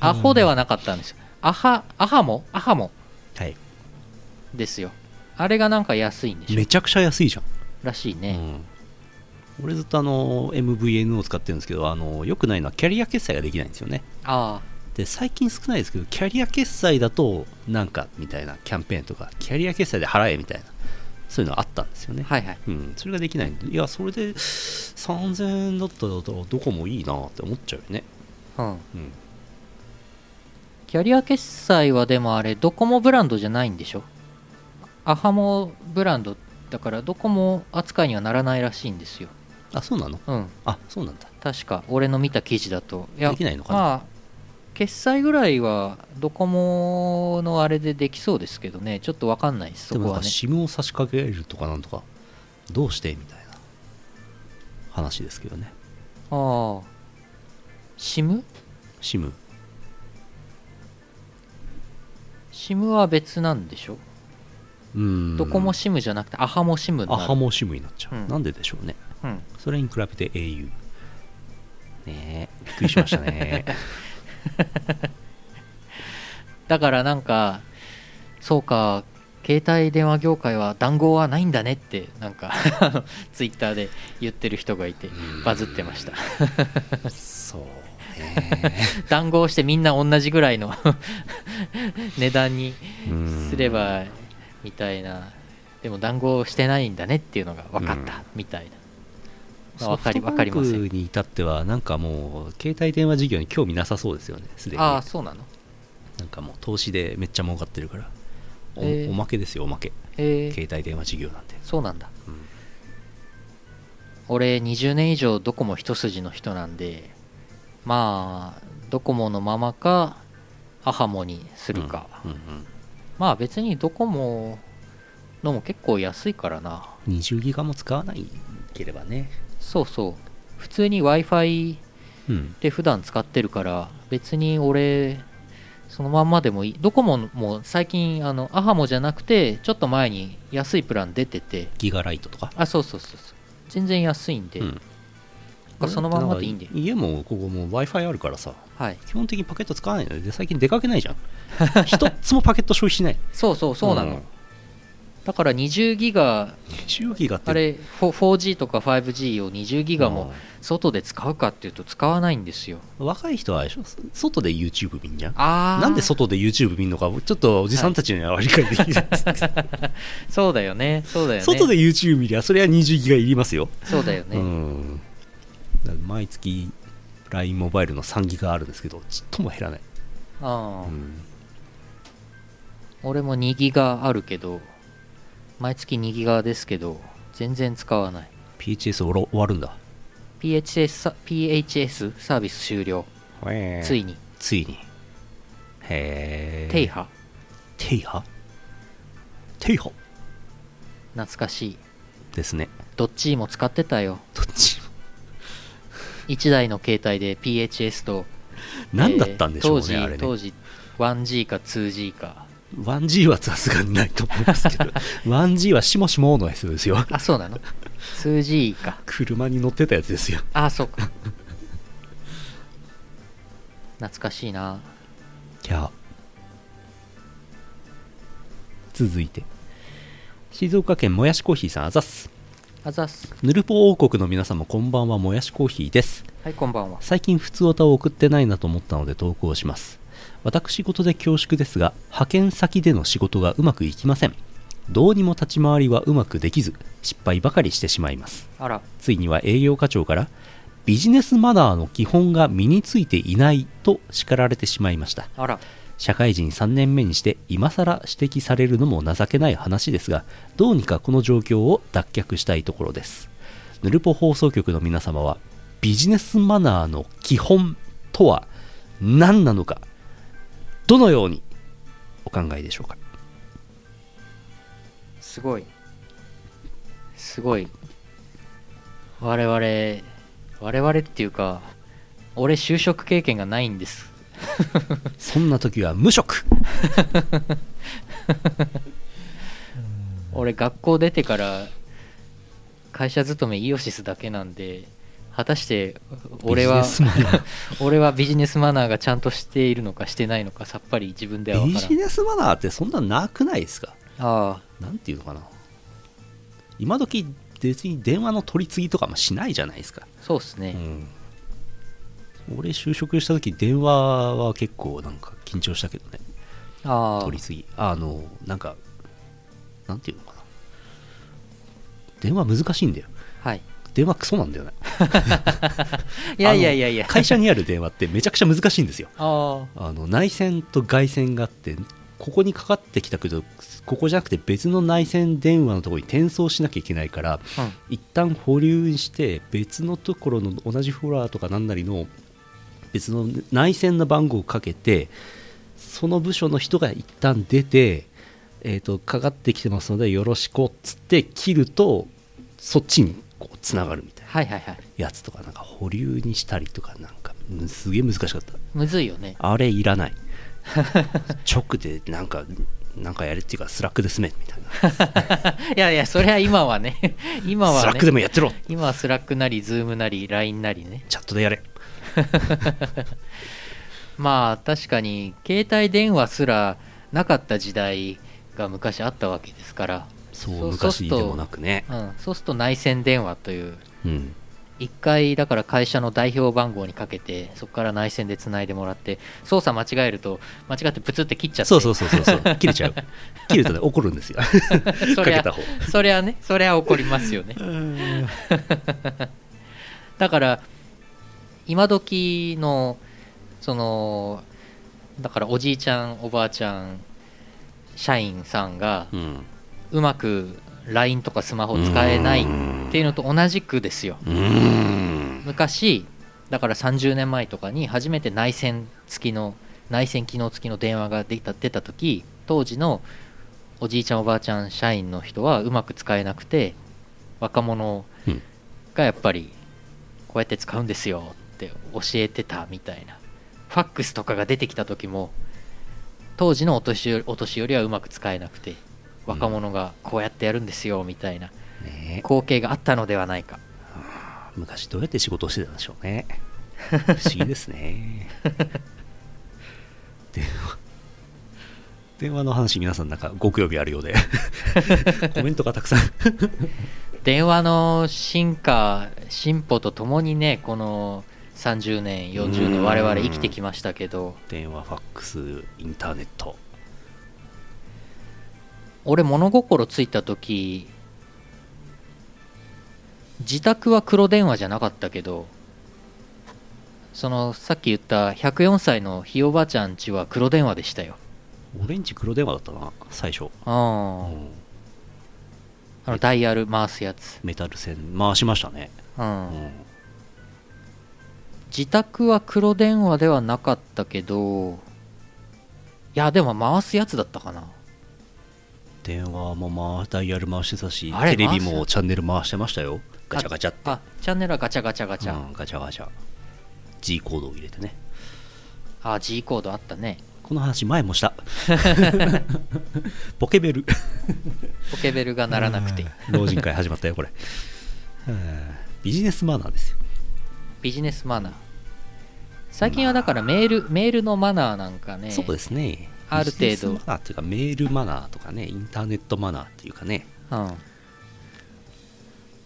[SPEAKER 1] アホではなかったんですよアハアハモアハモ
[SPEAKER 2] はい
[SPEAKER 1] ですよあれがなんか安いんでしょ
[SPEAKER 2] めちゃくちゃ安いじゃん
[SPEAKER 1] らしいね、
[SPEAKER 2] うん、俺ずっとあの MVN を使ってるんですけどあのよくないのはキャリア決済ができないんですよね
[SPEAKER 1] あ
[SPEAKER 2] で最近少ないですけどキャリア決済だとなんかみたいなキャンペーンとかキャリア決済で払えみたいなそういうのあったんですよね、
[SPEAKER 1] あはいはい
[SPEAKER 2] うん、それができないんでいやそれで3000円だったらどこもいいなって思っちゃうよね、
[SPEAKER 1] うん
[SPEAKER 2] うん、
[SPEAKER 1] キャリア決済はでもあれドコモブランドじゃないんでしょアハモブランドだからドコモ扱いにはならないらしいんですよ
[SPEAKER 2] あそうなの
[SPEAKER 1] うん
[SPEAKER 2] あそうなんだ
[SPEAKER 1] 確か俺の見た記事だといや
[SPEAKER 2] できないのかな
[SPEAKER 1] まあ決済ぐらいはドコモのあれでできそうですけどねちょっとわかんないです
[SPEAKER 2] で
[SPEAKER 1] そこ
[SPEAKER 2] もなん
[SPEAKER 1] は
[SPEAKER 2] か
[SPEAKER 1] ね
[SPEAKER 2] SIM を差し掛けるとかなんとかどうしてみたいな話ですけどね
[SPEAKER 1] ああ SIM?SIM
[SPEAKER 2] SIM
[SPEAKER 1] は別なんでしょ
[SPEAKER 2] うん
[SPEAKER 1] ドコモ SIM じゃなくてアハモ SIM にな
[SPEAKER 2] あハ
[SPEAKER 1] る
[SPEAKER 2] モ SIM になっちゃう、
[SPEAKER 1] うん
[SPEAKER 2] なんででしょうね
[SPEAKER 1] うん
[SPEAKER 2] それに比べて au ねえびっくりしました ね
[SPEAKER 1] だからなんかそうか携帯電話業界は談合はないんだねってなんか ツイッターで言ってる人がいてバズってました
[SPEAKER 2] そうね
[SPEAKER 1] 談合してみんな同じぐらいの 値段に
[SPEAKER 2] うん
[SPEAKER 1] すればみたいなでも談合してないんだねっていうのが分かったみたいな、まあわかり
[SPEAKER 2] ソフ
[SPEAKER 1] わ
[SPEAKER 2] ト
[SPEAKER 1] か
[SPEAKER 2] バ
[SPEAKER 1] り
[SPEAKER 2] ン
[SPEAKER 1] ま
[SPEAKER 2] ク
[SPEAKER 1] せん
[SPEAKER 2] に至ってはなんかもう携帯電話事業に興味なさそうですよねすでに
[SPEAKER 1] ああ
[SPEAKER 2] な
[SPEAKER 1] そうなの
[SPEAKER 2] んかもう投資でめっちゃ儲かってるからお,、
[SPEAKER 1] えー
[SPEAKER 2] おまけですよおまけ
[SPEAKER 1] へえ
[SPEAKER 2] 携帯電話事業なんて
[SPEAKER 1] そうなんだ、
[SPEAKER 2] うん
[SPEAKER 1] 俺20年以上ドコモ一筋の人なんでまあドコモのままかアハモにするか、
[SPEAKER 2] うんうん
[SPEAKER 1] まあ別にドコモのも結構安いからな
[SPEAKER 2] うん、20ギガも使わないければね、
[SPEAKER 1] そうそう普通に w i f i
[SPEAKER 2] うん、
[SPEAKER 1] で普段使ってるから別に俺そのまんまでもいいドコモも最近あのアハモじゃなくてちょっと前に安いプラン出てて
[SPEAKER 2] ギガライトとか、
[SPEAKER 1] あそうそうそうそう全然安いんで、
[SPEAKER 2] うん
[SPEAKER 1] だからそのまんまでいいんで
[SPEAKER 2] なんか家もここも w i f i あるからさ
[SPEAKER 1] はい
[SPEAKER 2] 基本的にパケット使わないので最近出かけないじゃん 一つもパケット消費 しない
[SPEAKER 1] そうそうそうなの、
[SPEAKER 2] ん
[SPEAKER 1] だから20ギガ
[SPEAKER 2] 20ギガって
[SPEAKER 1] あれフォ 4G とか 5G を20ギガも外で使うかっていうと使わないんですよ
[SPEAKER 2] うん若い人はあれでしょ外で YouTube 見んじゃん
[SPEAKER 1] ああ
[SPEAKER 2] なんで外で YouTube 見んのかちょっとおじさんたちには理解 できない、
[SPEAKER 1] そうだよねそうだよね
[SPEAKER 2] 外で YouTube 見りゃそれは20ギガいりますよ、
[SPEAKER 1] そうだよね、
[SPEAKER 2] うんだから毎月 LINE モバイルの3ギガあるんですけどちっとも減らない、
[SPEAKER 1] ああ
[SPEAKER 2] うん
[SPEAKER 1] 俺も2ギガあるけど毎月2ギガですけど全然使わない
[SPEAKER 2] PHS おろ終わるんだ
[SPEAKER 1] PHS さ PHS サービス終了、ついに
[SPEAKER 2] ついにへえ
[SPEAKER 1] 停波
[SPEAKER 2] テイハテイハ
[SPEAKER 1] 懐かしい
[SPEAKER 2] ですね
[SPEAKER 1] どっちも使ってたよ
[SPEAKER 2] どっちも
[SPEAKER 1] 1台の携帯で PHS と
[SPEAKER 2] 何だったんでしょうね、
[SPEAKER 1] えー
[SPEAKER 2] あれね
[SPEAKER 1] 当時当時 1G か 2G か
[SPEAKER 2] 1G はさすがにないと思います けど 1G はしもしものやつですよ
[SPEAKER 1] あそうな の 2G か
[SPEAKER 2] 車に乗ってたやつですよ
[SPEAKER 1] あそうか懐かしいな
[SPEAKER 2] キャー続いて静岡県もやしコーヒーさんあざっす
[SPEAKER 1] あざっす
[SPEAKER 2] ヌルポ王国の皆様こんばんはもやしコーヒーです
[SPEAKER 1] はいこんばんは
[SPEAKER 2] 最近普通歌を送ってないなと思ったので投稿します私事で恐縮ですが派遣先での仕事がうまくいきませんどうにも立ち回りはうまくできず失敗ばかりしてしまいます
[SPEAKER 1] あら
[SPEAKER 2] ついには営業課長からビジネスマナーの基本が身についていないと叱られてしまいました
[SPEAKER 1] あら
[SPEAKER 2] 社会人3年目にして今更指摘されるのも情けない話ですがどうにかこの状況を脱却したいところですヌルポ放送局の皆様はビジネスマナーの基本とは何なのかどのようにお考えでしょうか
[SPEAKER 1] すごいすごい我々我々っていうか俺就職経験がないんです
[SPEAKER 2] そんな時は無職
[SPEAKER 1] 俺学校出てから会社勤めイオシスだけなんで果たして俺は
[SPEAKER 2] ビジネスマナー
[SPEAKER 1] 俺はビジネスマナーがちゃんとしているのかしてないのかさっぱり自分では分
[SPEAKER 2] ビ
[SPEAKER 1] から
[SPEAKER 2] ジ
[SPEAKER 1] ん
[SPEAKER 2] ネスマナーってそんななくないですか
[SPEAKER 1] ああ
[SPEAKER 2] なんていうのかな今時別に電話の取り次ぎとかもしないじゃないですか
[SPEAKER 1] そうっすね、
[SPEAKER 2] うん、俺就職した時電話は結構なんか緊張したけどね
[SPEAKER 1] ああ
[SPEAKER 2] 取り次ぎあのなんかなんていうのかな電話難しいんだよ
[SPEAKER 1] はい
[SPEAKER 2] 電話クソな んだよね
[SPEAKER 1] いやいやいやいや
[SPEAKER 2] 会社にある電話ってめちゃくちゃ難しいんですよ
[SPEAKER 1] あ
[SPEAKER 2] あの内線と外線があってここにかかってきたけどここじゃなくて別の内線電話のところに転送しなきゃいけないから
[SPEAKER 1] あうん
[SPEAKER 2] 一旦保留して別のところの同じフロアとか何なりの別の内線の番号をかけてその部署の人が一旦出て、えー、とかかってきてますのでよろしくっつって切るとそっちにこうつながるみたいな
[SPEAKER 1] はいはいはい
[SPEAKER 2] やつとかなんか保留にしたりとかなんかうんすげえ難しかった
[SPEAKER 1] むずいよね
[SPEAKER 2] あれいらない 直でなんかなんかやれっていうかスラックで済めみたいな、
[SPEAKER 1] いやいやそりゃ今はね 今はね
[SPEAKER 2] スラックでもやってろ
[SPEAKER 1] 今はスラックなり、ズームなり、LINE なりね。
[SPEAKER 2] チャットでやれ
[SPEAKER 1] まあ確かに、携帯電話すらなかった時代が昔あったわけですから、
[SPEAKER 2] そう
[SPEAKER 1] そう
[SPEAKER 2] 昔でもなくね
[SPEAKER 1] うん、そうすると内線電話という、
[SPEAKER 2] うん
[SPEAKER 1] 一回だから会社の代表番号にかけて、そこから内線でつないでもらって、操作間違えると、間違ってプツって切っちゃって、
[SPEAKER 2] そうそうそうそうそう切れ ちゃう切れたら怒るんですよ
[SPEAKER 1] そり
[SPEAKER 2] かけ
[SPEAKER 1] ゃ
[SPEAKER 2] た方
[SPEAKER 1] そりゃね、そりゃ怒りますよね。 だから今時のそのだからおじいちゃんおばあちゃん社員さんが
[SPEAKER 2] うん
[SPEAKER 1] うまく LINE とかスマホ使えないっていうのと同じくですよ
[SPEAKER 2] うーん
[SPEAKER 1] 昔だから30年前とかに初めて内線付きの内線機能付きの電話が出た出た時当時のおじいちゃんおばあちゃん社員の人はうまく使えなくて若者
[SPEAKER 2] うん
[SPEAKER 1] がやっぱりこうやって使うんですよって教えてたみたいなファックスとかが出てきた時も当時のお年寄りお年寄りはうまく使えなくて若者がこうやってやるんですよみたいな
[SPEAKER 2] ねえ
[SPEAKER 1] 光景があったのではないか
[SPEAKER 2] 昔どうやって仕事をしてたんでしょうね不思議です ね電話電話の話皆さんなんかご興味あるようでコメントがたくさん
[SPEAKER 1] 電話の進化進歩とともにねこの30年40
[SPEAKER 2] う
[SPEAKER 1] 年
[SPEAKER 2] ん
[SPEAKER 1] 我々生きてきましたけど
[SPEAKER 2] 電話ファックスインターネット
[SPEAKER 1] 俺物心ついた時自宅は黒電話じゃなかったけどそのさっき言った104歳のひいおばあちゃん家は黒電話でしたよ
[SPEAKER 2] オレンジ黒電話だったな最初、
[SPEAKER 1] あ
[SPEAKER 2] うん
[SPEAKER 1] あのダイヤル回すやつ、
[SPEAKER 2] メタル線回しましたね、
[SPEAKER 1] う
[SPEAKER 2] うんん、
[SPEAKER 1] 自宅は黒電話ではなかったけどいやでも回すやつだったかな
[SPEAKER 2] 電話も回ダイヤル回してたし
[SPEAKER 1] あれ
[SPEAKER 2] テレビ
[SPEAKER 1] 回
[SPEAKER 2] も
[SPEAKER 1] す
[SPEAKER 2] チャンネル回してましたよガチャガチャって
[SPEAKER 1] あチャンネルはガチャガチャガチャ、
[SPEAKER 2] うんガチャガチャ G コードを入れてね
[SPEAKER 1] あ G コードあったね
[SPEAKER 2] この話前もした ポケベル
[SPEAKER 1] ポケベルが鳴らなくて
[SPEAKER 2] うん老人会始まったよこれうんビジネスマナーですよ
[SPEAKER 1] ビジネスマナー最近はだからメール、メールのマナーなんかね
[SPEAKER 2] そうですね
[SPEAKER 1] ある程度
[SPEAKER 2] ビジネスマナーっていうかメールマナーとかねインターネットマナーっていうかね
[SPEAKER 1] うん、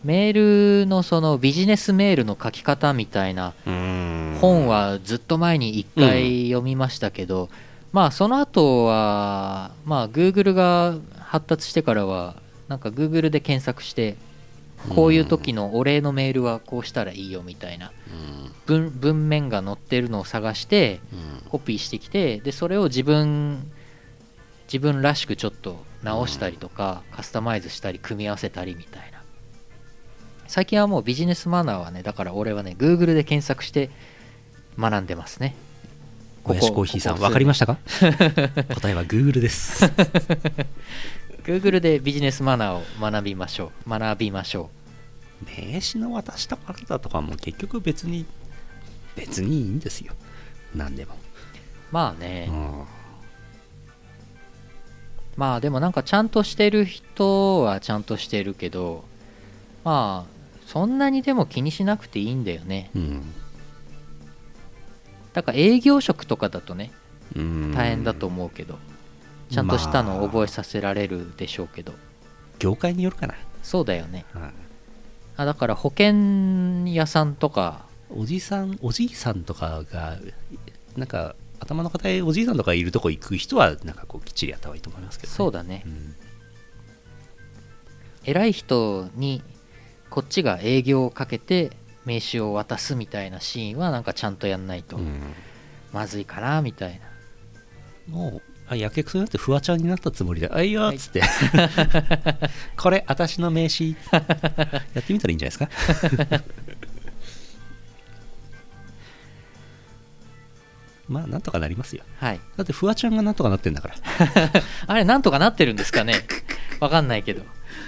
[SPEAKER 1] メールのそのビジネスメールの書き方みたいな本
[SPEAKER 2] 本
[SPEAKER 1] はずっと前に1回読みましたけど、まあその後はまあ Google が発達してからはなんか Google で検索してこういう時のお礼のメールはこうしたらいいよみたいな
[SPEAKER 2] う
[SPEAKER 1] 文
[SPEAKER 2] ん
[SPEAKER 1] 文面が載ってるのを探して
[SPEAKER 2] うん
[SPEAKER 1] コピーしてきてでそれを自分自分らしくちょっと直したりとか、カスタマイズしたり組み合わせたりみたいな最近はもうビジネスマナーはねだから俺はね Google で検索して学んでますね
[SPEAKER 2] 小林コーヒーさん
[SPEAKER 1] ここ
[SPEAKER 2] 分かり ましたか答えは Google です
[SPEAKER 1] Google でビジネスマナーを学びましょう学びましょ
[SPEAKER 2] 名刺の渡したからだとかも結局別に別にいいんですよ何でも、
[SPEAKER 1] うまあね、
[SPEAKER 2] うん
[SPEAKER 1] まあでもなんかちゃんとしてる人はちゃんとしてるけどまあそんなにでも気にしなくていいんだよね
[SPEAKER 2] うん
[SPEAKER 1] だから営業職とかだとね
[SPEAKER 2] うん
[SPEAKER 1] 大変だと思うけど、ちゃんとしたのを覚えさせられるでしょうけど、
[SPEAKER 2] 業界によるかな、
[SPEAKER 1] そうだよね
[SPEAKER 2] うん
[SPEAKER 1] あだから保険屋さんとか
[SPEAKER 2] おじさんおじいさんとかがなんか頭の固いおじいさんとかいるとこ行く人はなんかこうきっちりやった方がいいと思いますけど、ね、
[SPEAKER 1] そうだね
[SPEAKER 2] うん
[SPEAKER 1] 偉い人にこっちが営業をかけて名刺を渡すみたいなシーンはなんかちゃんとやんないと
[SPEAKER 2] うん
[SPEAKER 1] まずいかなみたいな、
[SPEAKER 2] もうあやけくそになってフワちゃんになったつもりで「あいいよ」っつって、 これ私の名刺 やってみたらいいんじゃないですか まあなんとかなりますよ
[SPEAKER 1] はい
[SPEAKER 2] だってフワちゃんがなんとかなってんだから
[SPEAKER 1] あれなんとかなってるんですかねわかんないけど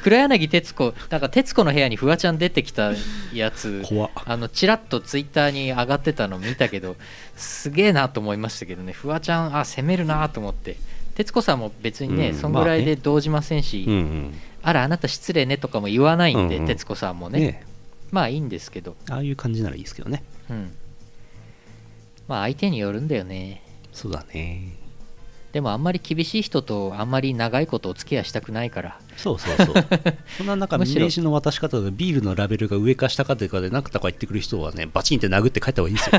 [SPEAKER 1] 黒柳徹子なんか徹子の部屋にフワちゃん出てきたやつ
[SPEAKER 2] 怖っ
[SPEAKER 1] あのちらっとツイッターに上がってたの見たけどすげえなと思いましたけどねフワちゃんあ攻めるなと思って徹子さんも別にね、
[SPEAKER 2] うん
[SPEAKER 1] そんぐらい
[SPEAKER 2] まあ
[SPEAKER 1] で動じませんし、
[SPEAKER 2] うんうん
[SPEAKER 1] あらあなた失礼ねとかも言わないんで、
[SPEAKER 2] うんうん
[SPEAKER 1] 徹子さんもね
[SPEAKER 2] ね
[SPEAKER 1] まあいいんですけど、
[SPEAKER 2] ああいう感じならいいですけどね
[SPEAKER 1] うん、まあ相手によるんだよね
[SPEAKER 2] そうだね
[SPEAKER 1] でもあんまり厳しい人とあんまり長いことお付き合いしたくないから
[SPEAKER 2] そうそう そうそんな中
[SPEAKER 1] む
[SPEAKER 2] 名
[SPEAKER 1] しろ
[SPEAKER 2] 刺の渡し方でビールのラベルが上か下かというかで何かとか言ってくる人はねバチンって殴って帰った方がいいです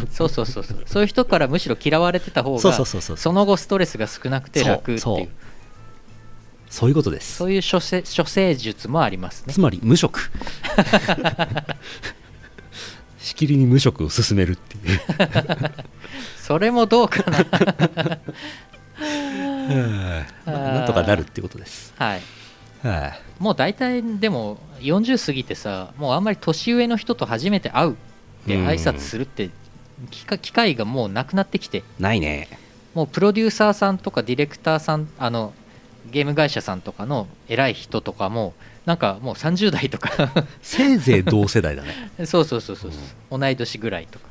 [SPEAKER 2] よ
[SPEAKER 1] そうそうそうそうそういう人からむしろ嫌われてた方が
[SPEAKER 2] そうそうそうそう
[SPEAKER 1] その後ストレスが少なくて楽っていう
[SPEAKER 2] そ
[SPEAKER 1] そうう
[SPEAKER 2] そうそういうことです
[SPEAKER 1] いう処世処世術もありますね
[SPEAKER 2] つまり 無職しきりに無職を進めるって いう
[SPEAKER 1] それもどうかな
[SPEAKER 2] まあなんとかなるってことです
[SPEAKER 1] はい
[SPEAKER 2] はあ、
[SPEAKER 1] もう大体でも40過ぎてさもうあんまり年上の人と初めて会うって
[SPEAKER 2] うん
[SPEAKER 1] 挨拶するって機会機会がもうなくなってきて
[SPEAKER 2] ないね
[SPEAKER 1] もうプロデューサーさんとかディレクターさんあのゲーム会社さんとかの偉い人とかもなんかもう30代とか
[SPEAKER 2] せいぜい同世代だね
[SPEAKER 1] そうそうそうそうそう、同い年ぐらいとか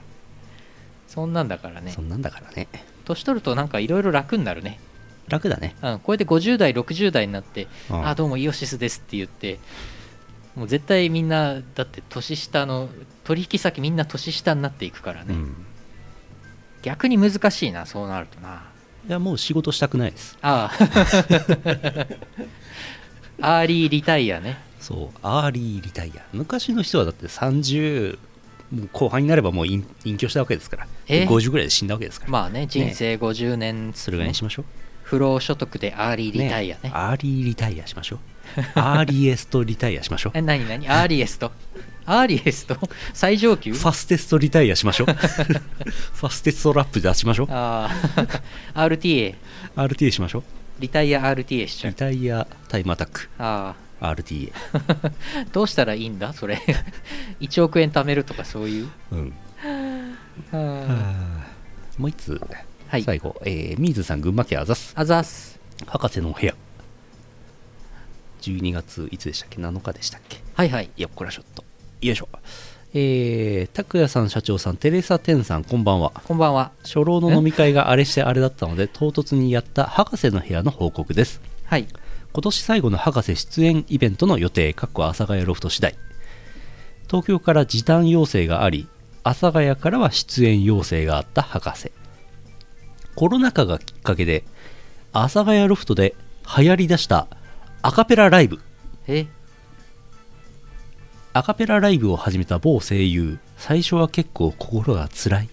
[SPEAKER 1] そんなんだから ね
[SPEAKER 2] そんなんだからね
[SPEAKER 1] 年取るとなんかいろいろ楽になるね、
[SPEAKER 2] 楽だね
[SPEAKER 1] うん、これで50代60代になって
[SPEAKER 2] うん
[SPEAKER 1] あどうもイオシスですって言ってもう絶対みんなだって年下の取引先みんな年下になっていくからね、
[SPEAKER 2] うん
[SPEAKER 1] 逆に難しいなそうなるとない
[SPEAKER 2] やもう仕事したくないです
[SPEAKER 1] ああアーリーリタイアね
[SPEAKER 2] そうアーリーリタイア昔の人はだって30もう後半になればもう隠隠居したわけですから
[SPEAKER 1] え
[SPEAKER 2] 50ぐらいで死んだわけですから、
[SPEAKER 1] まあね人生50年
[SPEAKER 2] それぐらいにしましょう
[SPEAKER 1] 不労所得でアーリーリタイアね
[SPEAKER 2] アーリーリタイアしましょうアーリエストリタイアしましょう
[SPEAKER 1] え何何アーリエストアーリエスト最上級
[SPEAKER 2] ファステストリタイアしましょ うファステストラップ出しましょう
[SPEAKER 1] ああ RTA
[SPEAKER 2] RTA しましょう
[SPEAKER 1] リタイア RTA しちゃ
[SPEAKER 2] リ
[SPEAKER 1] う
[SPEAKER 2] タイアタイムアタック
[SPEAKER 1] ああ
[SPEAKER 2] RTA
[SPEAKER 1] どうしたらいいんだそれ1億円貯めるとかそういう
[SPEAKER 2] うん
[SPEAKER 1] は
[SPEAKER 2] もう一つ、
[SPEAKER 1] い
[SPEAKER 2] 最後、えー、水さん群馬県あざす
[SPEAKER 1] あざっす
[SPEAKER 2] 博士のお部屋12月いつでしたっけ7日でしたっけ
[SPEAKER 1] はいはい
[SPEAKER 2] よっこらしょっとよいしょえー、拓也さん社長さんテレサテンさんこんばんは
[SPEAKER 1] こんばんは
[SPEAKER 2] 初老の飲み会があれしてあれだったので唐突にやった博士の部屋の報告です
[SPEAKER 1] はい
[SPEAKER 2] 今年最後の博士出演イベントの予定かっこ阿佐ヶ谷ロフト次第東京から時短要請があり阿佐ヶ谷からは出演要請があった博士コロナ禍がきっかけで阿佐ヶ谷ロフトで流行りだしたアカペラライブ
[SPEAKER 1] え
[SPEAKER 2] アカペラライブを始めた某声優最初は結構心がつらい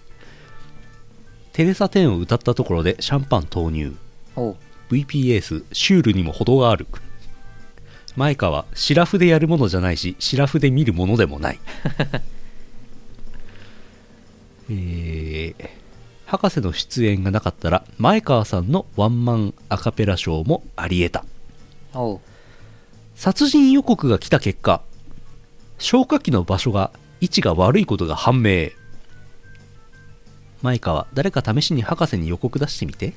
[SPEAKER 2] テレサ・テンを歌ったところでシャンパン投入
[SPEAKER 1] おう
[SPEAKER 2] VPS シュールにも程がある前川はシラフでやるものじゃないしシラフで見るものでもない えー博士の出演がなかったら前川さんのワンマンアカペラショーもありえた
[SPEAKER 1] おう
[SPEAKER 2] 殺人予告が来た結果消火器の場所が位置が悪いことが判明前川誰か試しに博士に予告出してみて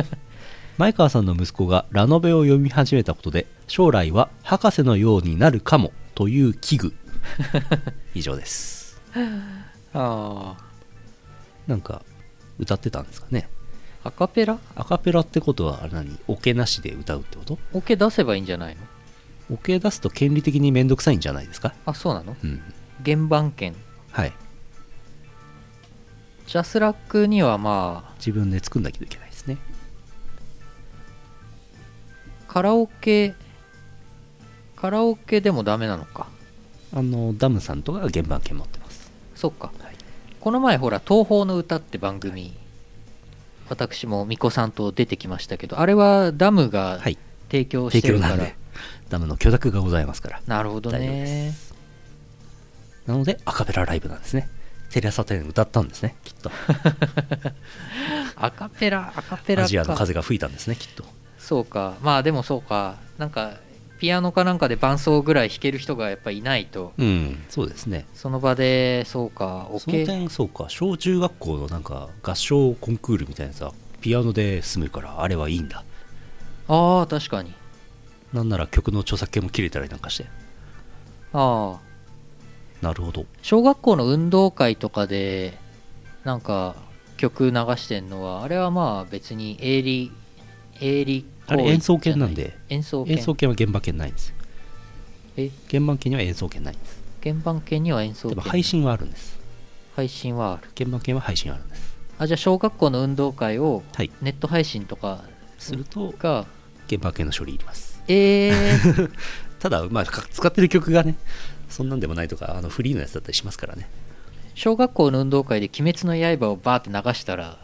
[SPEAKER 2] 前川さんの息子がラノベを読み始めたことで将来は博士のようになるかもという危 惧以上です
[SPEAKER 1] ああ
[SPEAKER 2] なんか歌ってたんですかね
[SPEAKER 1] アカペラ
[SPEAKER 2] アカペラってことはあれ何オケなしで歌うってこと
[SPEAKER 1] オケ出せばいいんじゃないの
[SPEAKER 2] オケ出すと権利的にめんどくさいんじゃないですか
[SPEAKER 1] あそうなの
[SPEAKER 2] うん
[SPEAKER 1] 原版権
[SPEAKER 2] はい
[SPEAKER 1] ジャスラックにはま
[SPEAKER 2] 自分で作んなきゃいけないですね
[SPEAKER 1] あカラオケカラオケでもダメなのか
[SPEAKER 2] あのダムさんとかが原版権持ってます
[SPEAKER 1] そっか、
[SPEAKER 2] はい
[SPEAKER 1] この前ほら「東宝の歌」って番組、私も巫女さんと出てきましたけどあれはダムが
[SPEAKER 2] はい
[SPEAKER 1] 提供して
[SPEAKER 2] 提
[SPEAKER 1] る
[SPEAKER 2] 供
[SPEAKER 1] か
[SPEAKER 2] な
[SPEAKER 1] ら、
[SPEAKER 2] んでダムの許諾がございますから
[SPEAKER 1] なるほど
[SPEAKER 2] 大丈夫で
[SPEAKER 1] ね
[SPEAKER 2] すなのでアカペラライブなんですねテレ朝店歌ったんですねきっと
[SPEAKER 1] アカペラアカペラ
[SPEAKER 2] ア
[SPEAKER 1] か
[SPEAKER 2] ジアの風が吹いたんですねきっと
[SPEAKER 1] そうかまあでもそうかなんかピアノかなんかで伴奏ぐらい弾ける人がやっぱいないと
[SPEAKER 2] うんそうですね
[SPEAKER 1] その場でそうかオ
[SPEAKER 2] その
[SPEAKER 1] ケ
[SPEAKER 2] 点そうか小中学校のなんか合唱コンクールみたいなやつはピアノで済むからあれはいいんだ
[SPEAKER 1] ああ確かに
[SPEAKER 2] なんなら曲の著作権も切れたりなんかして
[SPEAKER 1] ああ
[SPEAKER 2] なるほど
[SPEAKER 1] 小学校の運動会とかでなんか曲流してんのはあれはまあ別に営利営利行為
[SPEAKER 2] あれ演奏権なん
[SPEAKER 1] じゃい
[SPEAKER 2] で
[SPEAKER 1] 演奏権
[SPEAKER 2] 演奏権は現場権ないんですよ
[SPEAKER 1] え
[SPEAKER 2] 現場権には演奏権ないんです
[SPEAKER 1] 鍵盤権には演奏
[SPEAKER 2] で
[SPEAKER 1] 権
[SPEAKER 2] も配信はあるんです
[SPEAKER 1] 配信はある
[SPEAKER 2] 現場権は配信あるんです
[SPEAKER 1] あじゃあ小学校の運動会を
[SPEAKER 2] はい
[SPEAKER 1] ネット配信とか
[SPEAKER 2] すると
[SPEAKER 1] が
[SPEAKER 2] 現場系の処理いります
[SPEAKER 1] ええ ー、
[SPEAKER 2] ただまあか使ってる曲がねそんなんでもないとかあのフリーのやつだったりしますからね
[SPEAKER 1] 小学校の運動会で「鬼滅の刃」をバーって流したら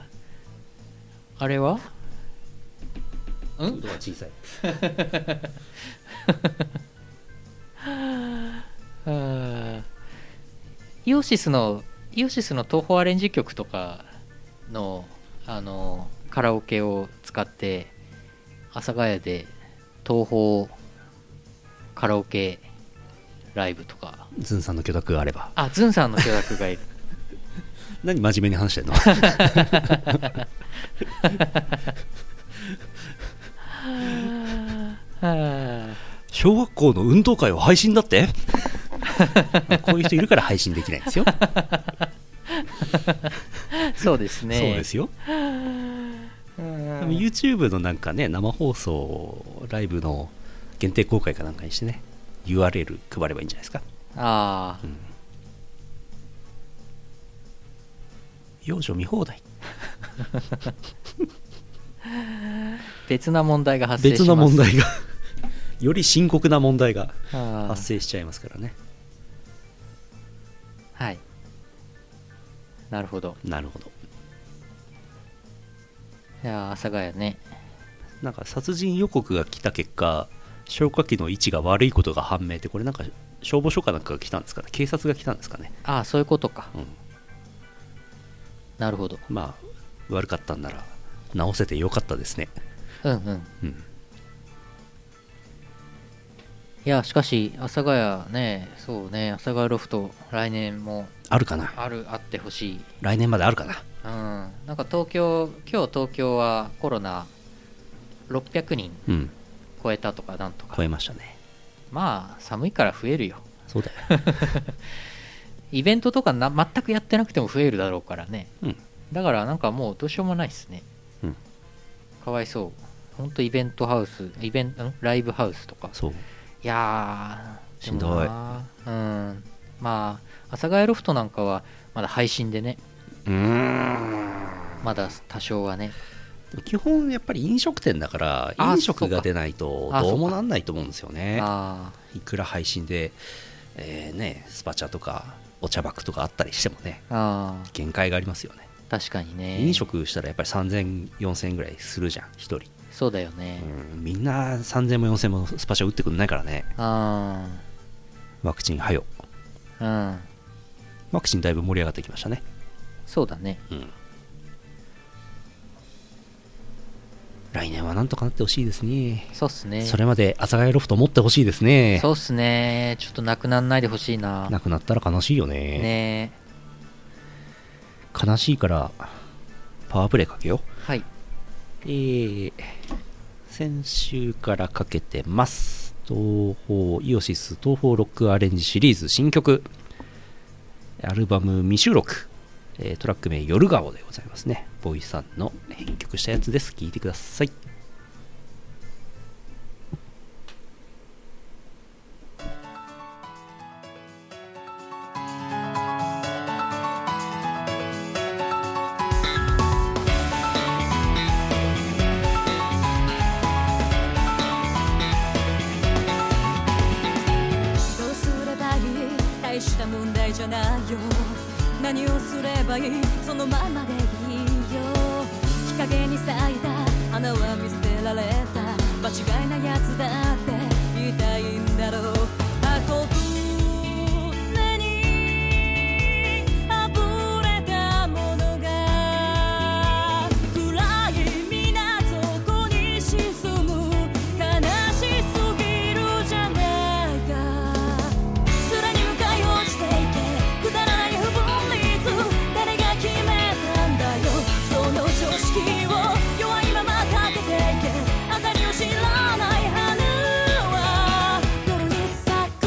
[SPEAKER 1] あれはん
[SPEAKER 2] 音が小さい
[SPEAKER 1] うーんイオシスのイオシスの東宝アレンジ曲とかのあのカラオケを使って阿佐ヶ谷で東宝カラオケライブとか
[SPEAKER 2] ズンさんの許諾があれば
[SPEAKER 1] あズンさんの許諾がいる
[SPEAKER 2] 何真面目に話してんの
[SPEAKER 1] はあ
[SPEAKER 2] 小学校の運動会を配信だって こういう人いるから配信できないんですよ、
[SPEAKER 1] そうですね
[SPEAKER 2] そうですよ
[SPEAKER 1] うん
[SPEAKER 2] でも YouTube のなんかね生放送ライブの限定公開かなんかにしてね URL 配ればいいんじゃないですか
[SPEAKER 1] ああ
[SPEAKER 2] 幼女見放題
[SPEAKER 1] 別な問題が発生し
[SPEAKER 2] 別
[SPEAKER 1] ます
[SPEAKER 2] の問題が より深刻な問題が
[SPEAKER 1] ああ
[SPEAKER 2] 発生しちゃいますからね
[SPEAKER 1] はいなるほど
[SPEAKER 2] なるほど
[SPEAKER 1] いやー阿佐ヶ谷ね
[SPEAKER 2] なんか殺人予告が来た結果消火器の位置が悪いことが判明ってこれなんか消防署かなんかが来たんですかね警察が来たんですかね
[SPEAKER 1] ああそういうことか、
[SPEAKER 2] うん
[SPEAKER 1] なるほど
[SPEAKER 2] まあ悪かったんなら直せてよかったですね
[SPEAKER 1] うんうん
[SPEAKER 2] うん
[SPEAKER 1] いやしかし阿佐ヶ谷ねそうね阿佐ヶ谷ロフト来年も
[SPEAKER 2] あるかな
[SPEAKER 1] あるあってほしい
[SPEAKER 2] 来年まであるかな
[SPEAKER 1] うんなんか東京今日東京はコロナ600人
[SPEAKER 2] うん
[SPEAKER 1] 超えたとかなんと
[SPEAKER 2] 超
[SPEAKER 1] か
[SPEAKER 2] えましたね
[SPEAKER 1] まあ寒いから増えるよ
[SPEAKER 2] そうだよ
[SPEAKER 1] イベントとかな全くやってなくても増えるだろうからね
[SPEAKER 2] うん
[SPEAKER 1] だからなんかもうどうしようもないですね、
[SPEAKER 2] うん
[SPEAKER 1] かわいそうほんとイベントハウスイベントライブハウスとか
[SPEAKER 2] そう
[SPEAKER 1] いやー
[SPEAKER 2] しんどい
[SPEAKER 1] でもなーうんまあ阿佐ヶ谷ロフトなんかはまだ配信でね
[SPEAKER 2] うーん
[SPEAKER 1] まだ多少はね
[SPEAKER 2] 基本やっぱり飲食店だから
[SPEAKER 1] あ
[SPEAKER 2] 飲食が出ないと
[SPEAKER 1] そうかあ
[SPEAKER 2] どうもなんないと思うんですよね
[SPEAKER 1] あ
[SPEAKER 2] いくら配信で、えーねスパチャとかお茶バックとかあったりしてもね
[SPEAKER 1] ーあー
[SPEAKER 2] 限界がありますよね
[SPEAKER 1] 確かにね
[SPEAKER 2] 飲食したらやっぱり30004000ぐらいするじゃん1人、
[SPEAKER 1] そうだよね、
[SPEAKER 2] うんみんな3000も4000もスパチャ打ってくんないからね
[SPEAKER 1] あ
[SPEAKER 2] ワクチンはよ
[SPEAKER 1] あうん
[SPEAKER 2] ワクチンだいぶ盛り上がってきましたね
[SPEAKER 1] そうだね
[SPEAKER 2] うん来年はなんとかなってほしいですね
[SPEAKER 1] そうっすね
[SPEAKER 2] それまで阿佐ヶ谷ロフト持ってほしいですね
[SPEAKER 1] そうっすねちょっとなくなんないでほしいな
[SPEAKER 2] なくなったら悲しいよね
[SPEAKER 1] ね
[SPEAKER 2] 悲しいからパワープレイかけよ
[SPEAKER 1] えはい
[SPEAKER 2] えー先週からかけてます東方イオシス東方ロックアレンジシリーズ新曲アルバム未収録、えートラック名「夜顔」でございますねボイさんの編曲したやつです聴いてください
[SPEAKER 4] どうすればいい大した問題じゃないよ何をすればいいそのままでいいよ日陰に咲いた花は見捨てられた間違いなやつだって言いたいんだろう運ぶ目にあぶれたものが暗い港に沈む悲しすぎるじゃないか空に向かい落ちていてくだらない不分率誰が決めたんだよその常識を弱いままかけていけあたりを知らない花は夜に咲く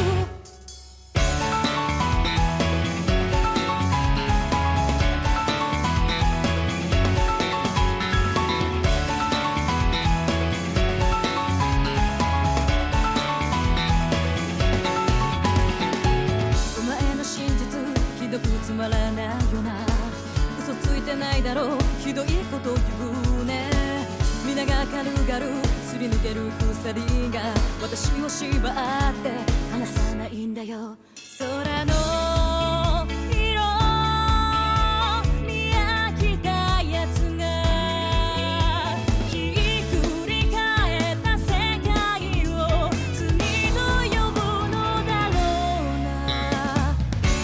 [SPEAKER 4] お前の真実ひどくつまらないよな嘘ついてないだろうひどいこと言うね皆が軽々すり抜ける鎖が私を縛って離さないんだよ空の色見飽きたやつがひっくり返った世界を罪と呼ぶのだろうな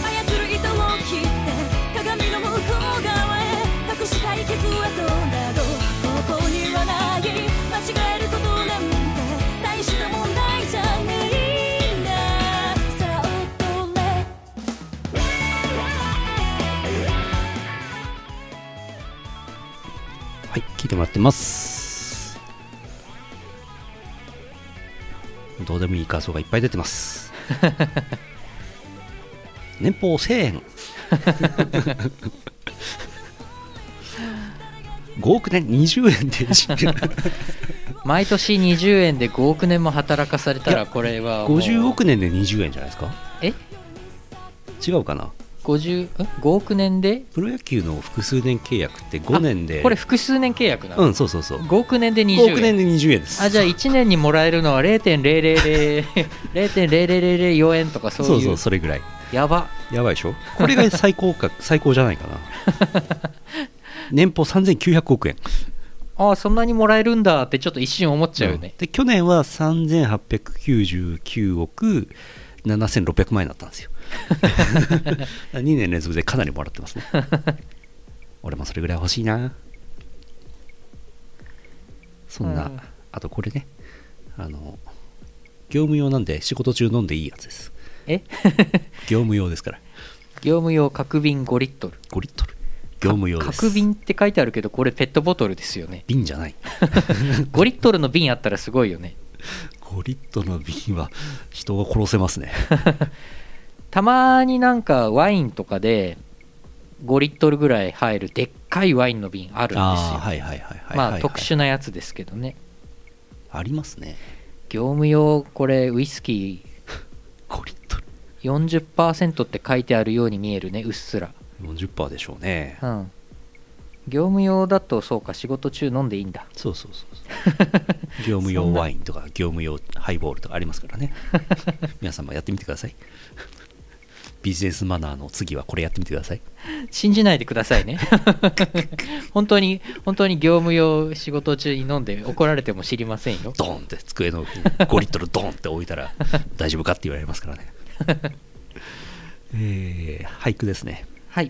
[SPEAKER 4] 操る糸を切って鏡の向こう側へ隠したい傷跡などここにはない間違えることなんて大した問題じゃねえ
[SPEAKER 2] ってますどうでもいい感想がいっぱい出てます 年俸1000円5億年20円で実験
[SPEAKER 1] 毎年20円で5億年も働かされたらこれはもう
[SPEAKER 2] 50億年で20円じゃないですか
[SPEAKER 1] え
[SPEAKER 2] 違うかな
[SPEAKER 1] 50ん5億年で
[SPEAKER 2] プロ野球の複数年契約って5年で
[SPEAKER 1] これ複数年契約なの、
[SPEAKER 2] うんそうそうそう
[SPEAKER 1] 5億年で20
[SPEAKER 2] 5
[SPEAKER 1] 円
[SPEAKER 2] 億年で20円です
[SPEAKER 1] あじゃあ1年にもらえるのは0.0000 0.0004円とかそういう
[SPEAKER 2] そうそうそれぐらい
[SPEAKER 1] やば
[SPEAKER 2] やばいでしょこれが最 高か最高じゃないかな年俸3900億円
[SPEAKER 1] ああそんなにもらえるんだってちょっと一瞬思っちゃうよね
[SPEAKER 2] うん、で去年は3899億7600万円だったん ですよ2年連続でかなりもらってますね俺もそれぐらい欲しいなそんな、
[SPEAKER 1] うん
[SPEAKER 2] あとこれねあの業務用なんで仕事中飲んでいいやつです
[SPEAKER 1] え
[SPEAKER 2] 業務用ですから
[SPEAKER 1] 業務用角瓶5リットル
[SPEAKER 2] 5リットル業務用です
[SPEAKER 1] 角瓶って書いてあるけどこれペットボトルですよね
[SPEAKER 2] 瓶じゃない
[SPEAKER 1] 5リットルの瓶あったらすごいよね
[SPEAKER 2] 5リットルの瓶は人が殺せますね
[SPEAKER 1] たまになんかワインとかで5リットルぐらい入るでっかいワインの瓶あるんですよ
[SPEAKER 2] ああはいはいはいはいはい、
[SPEAKER 1] ま
[SPEAKER 2] は
[SPEAKER 1] あ
[SPEAKER 2] い
[SPEAKER 1] 特殊なやつですけどね
[SPEAKER 2] ありますね
[SPEAKER 1] 業務用これウイスキ
[SPEAKER 2] 5リットル
[SPEAKER 1] ー40%って書いてあるように見えるねうっすら
[SPEAKER 2] 40%でしょうね
[SPEAKER 1] うん業務用だとそうか仕事中飲んでいいんだ
[SPEAKER 2] そうそうそうそう 業務用ワインとか業務用ハイボールとかあります からね皆さんもやってみてくださいビジネスマナーの次はこれやってみてください
[SPEAKER 1] 信じないでくださ いね本当に本当に業務用仕事中に飲んで怒られても知りませんよ
[SPEAKER 2] ドーンって机の上に5リットルドーンって置いたら大丈夫かって言われますから ねえー俳句ですね
[SPEAKER 1] はい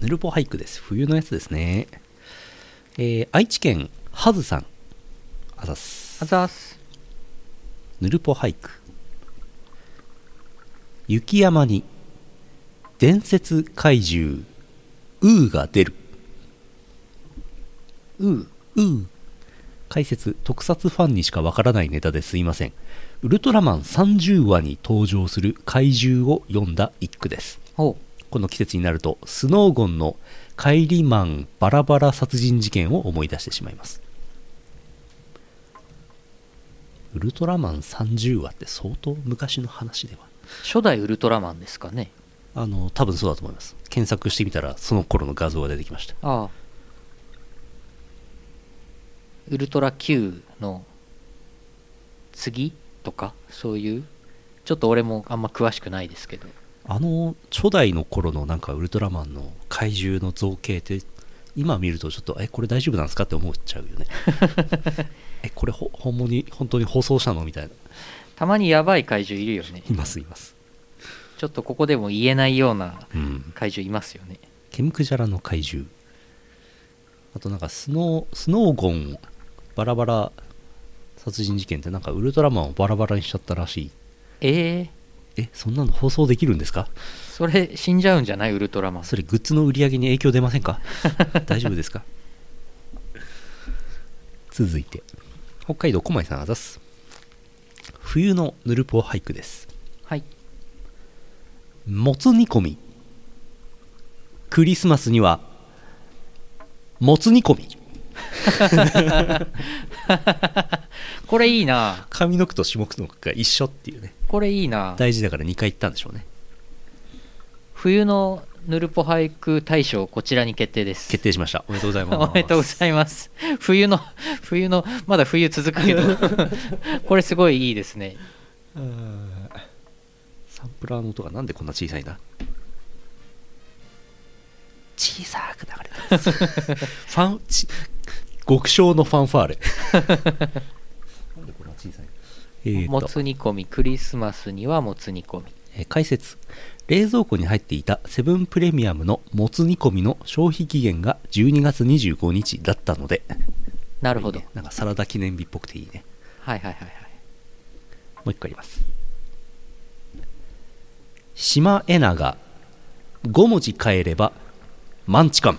[SPEAKER 2] ぬるぽ俳句です冬のやつですねえー愛知県はずさんあざっ
[SPEAKER 1] あ
[SPEAKER 2] す
[SPEAKER 1] ざーす
[SPEAKER 2] ぬるぽ俳句雪山に伝説怪獣ウーが出るウーウー解説特撮ファンにしかわからないネタですいませんウルトラマン30話に登場する怪獣を読んだ一句です
[SPEAKER 1] ほ
[SPEAKER 2] この季節になるとスノーゴンのカイリマンバラバラ殺人事件を思い出してしまいますウルトラマン30話って相当昔の話では
[SPEAKER 1] う初代ウルトラマンですかね
[SPEAKER 2] あの多分そうだと思います検索してみたらその頃の画像が出てきました
[SPEAKER 1] ああウルトラ Q の次とかそういうちょっと俺もあんま詳しくないですけど
[SPEAKER 2] あの初代の頃のなんかウルトラマンの怪獣の造形って今見るとちょっとえこれ大丈夫なんですかって思っちゃうよねえこれほ本物に本当に放送したのみたいな
[SPEAKER 1] たまにやばい怪獣いるよね
[SPEAKER 2] いますいます
[SPEAKER 1] ちょっとここでも言えないような
[SPEAKER 2] うん
[SPEAKER 1] 怪獣いますよね
[SPEAKER 2] ケムクジャラの怪獣あとなんかスノースノーゴンバラバラ殺人事件ってなんかウルトラマンをバラバラにしちゃったらしい
[SPEAKER 1] ええ
[SPEAKER 2] えそんなの放送できるんですか
[SPEAKER 1] それ死んじゃうんじゃないウルトラマン
[SPEAKER 2] それグッズの売り上げに影響出ませんか大丈夫ですか続いて北海道小前さんあざっす冬のヌルポ俳句です
[SPEAKER 1] はい
[SPEAKER 2] もつ煮込みクリスマスにはもつ煮込み
[SPEAKER 1] これいいな
[SPEAKER 2] 上の句と下の句が一緒っていうね
[SPEAKER 1] これいいな
[SPEAKER 2] 大事だから2回言ったんでしょうね
[SPEAKER 1] 冬のヌルポ俳句大賞こちらに決定です
[SPEAKER 2] 決定しましたおめでとうございます
[SPEAKER 1] おめでとうございます冬の冬のまだ冬続くけどこれすごいいいですね
[SPEAKER 2] サンプラーの音がなんでこんな小さいんだ小さく流れてます ファンち極小のファンファーレなんでこんな小さいえーと
[SPEAKER 1] もつ煮込みクリスマスにはもつ煮込み
[SPEAKER 2] えー解説冷蔵庫に入っていたセブンプレミアムのもつ煮込みの消費期限が12月25日だったので
[SPEAKER 1] なるほど
[SPEAKER 2] いいねなんかサラダ記念日っぽくていいね
[SPEAKER 1] はいはいはいはい
[SPEAKER 2] もう一個あります。島エナが5文字変えればマンチカン。